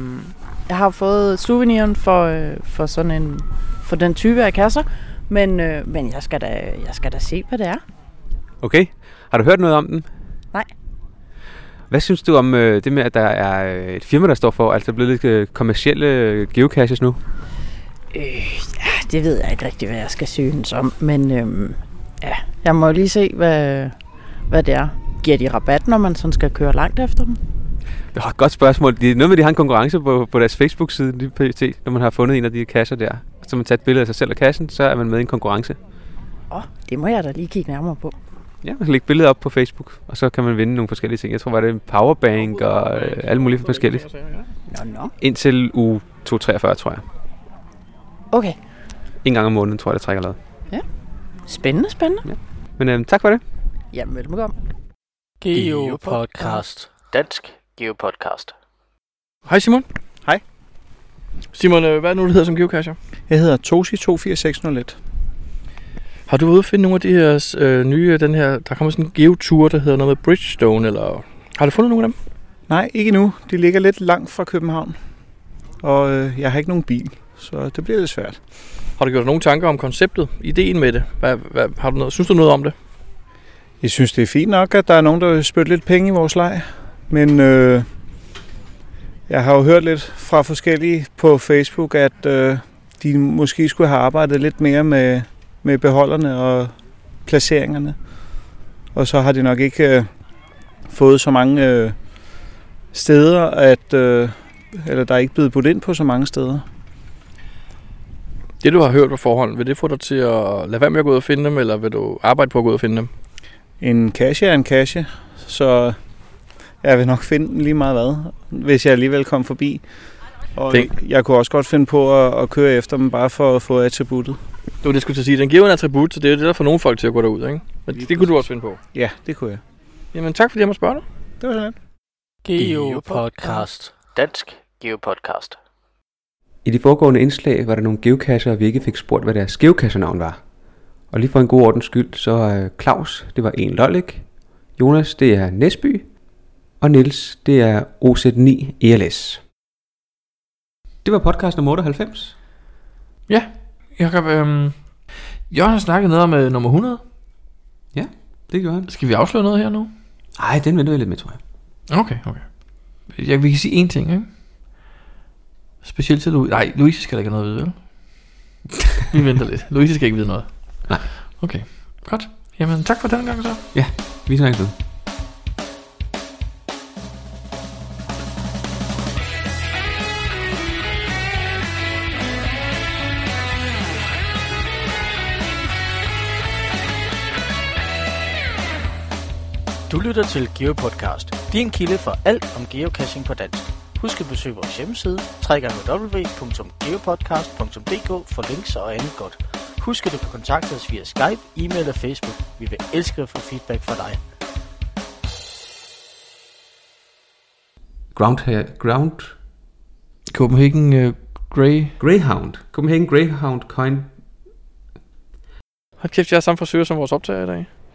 S18: jeg har fået souveniren for, øh, for sådan en, for den type af kasser, men, øh, men jeg, skal da, jeg skal da se, hvad det er.
S6: Okay. Har du hørt noget om dem?
S18: Nej.
S6: Hvad synes du om øh, det med, at der er øh, et firma, der står for, altså der er blevet lidt øh, kommersielle øh, geocaches nu?
S18: Øh, ja, det ved jeg ikke rigtig, hvad jeg skal synes om, men øh, ja, jeg må lige se, hvad, hvad det er. Giver de rabat, når man sådan skal køre langt efter dem?
S6: Oh, godt spørgsmål. Det er noget med, at de har en konkurrence på, på deres Facebook-side, lige pt, når man har fundet en af de kasser der. Så man tager et billede af sig selv og kassen, så er man med i en konkurrence.
S18: Åh, oh, det må jeg da lige kigge nærmere på.
S6: Ja, man kan lægge billeder op på Facebook, og så kan man vinde nogle forskellige ting. Jeg tror, var det en powerbank og øh, alle mulige forskellige.
S18: Nå, nå.
S6: Indtil uge 243, tror jeg.
S18: Okay.
S6: En gang om måneden, tror jeg, der trækker lavet.
S18: Ja. Spændende, spændende. Ja.
S6: Men øh, tak for det.
S18: Jamen, velkommen.
S4: Geopodcast. Dansk Geopodcast.
S7: Hej Simon.
S3: Hej.
S7: Simon, øh, hvad er det nu, du hedder som geocacher?
S3: Jeg hedder Tosi 24601.
S7: Har du ude at finde nogle af de her øh, nye, den her, der kommer sådan en geotur, der hedder noget med Bridgestone, eller har du fundet nogle af dem?
S3: Nej, ikke nu. De ligger lidt langt fra København. Og øh, jeg har ikke nogen bil, så det bliver lidt svært.
S7: Har du gjort dig nogle tanker om konceptet, ideen med det? Hvad, hvad, har du noget, synes du noget om det?
S3: Jeg synes, det er fint nok, at der er nogen, der vil spytte lidt penge i vores leg. Men øh, jeg har jo hørt lidt fra forskellige på Facebook, at øh, de måske skulle have arbejdet lidt mere med, med beholderne og placeringerne. Og så har de nok ikke øh, fået så mange øh, steder, at, øh, eller der er ikke blevet budt ind på så mange steder.
S7: Det, du har hørt på forhånd, vil det få dig til at lade være med at gå ud og finde dem, eller vil du arbejde på at gå ud og finde dem?
S3: En kasse er en kasse, så jeg vil nok finde den lige meget hvad, hvis jeg alligevel kom forbi. Og
S7: Det-
S3: jeg kunne også godt finde på at, at køre efter dem, bare for at få attributtet.
S7: Det var det, jeg skulle til at sige. Den giver jo en attribut, så det er jo det, der får nogle folk til at gå derud, ikke? Men det, det kunne du også finde på.
S3: Ja, det kunne jeg.
S7: Jamen tak, fordi jeg må spørge dig.
S3: Det var sådan.
S4: Geopodcast. Dansk Geopodcast.
S6: I de foregående indslag var der nogle geocacher, vi ikke fik spurgt, hvad deres geocachernavn var. Og lige for en god øh, ordens skyld, så er Claus, det var en Lollik. Jonas, det er Næsby. Og Niels, det er OZ9 ELS. Det var podcast nummer 98.
S7: Ja, Jacob, øhm, Jørgen har snakket noget om øh, nummer 100.
S6: Ja, det gjorde han.
S7: Skal vi afsløre noget her nu?
S6: Nej, den venter jeg lidt med, tror jeg.
S7: Okay, okay. Ja, vi kan sige én ting, ikke? Specielt til Louise. Nej, Louise skal da ikke have noget at vide, vel? vi venter lidt. Louise skal ikke vide noget.
S6: Nej.
S7: Okay, godt. Jamen, tak for den gang så.
S6: Ja, vi snakkes ved.
S4: Du lytter til GeoPodcast, din kilde for alt om geocaching på dansk. Husk at besøge vores hjemmeside, www.geopodcast.dk for links og andet godt. Husk at du kan kontakte os via Skype, e-mail og Facebook. Vi vil elske at få feedback fra dig.
S6: Ground, ground
S7: Copenhagen øh, Grey...
S6: Greyhound. Copenhagen Greyhound Coin
S3: Hold kæft, jeg er samme frisør som vores optager i dag.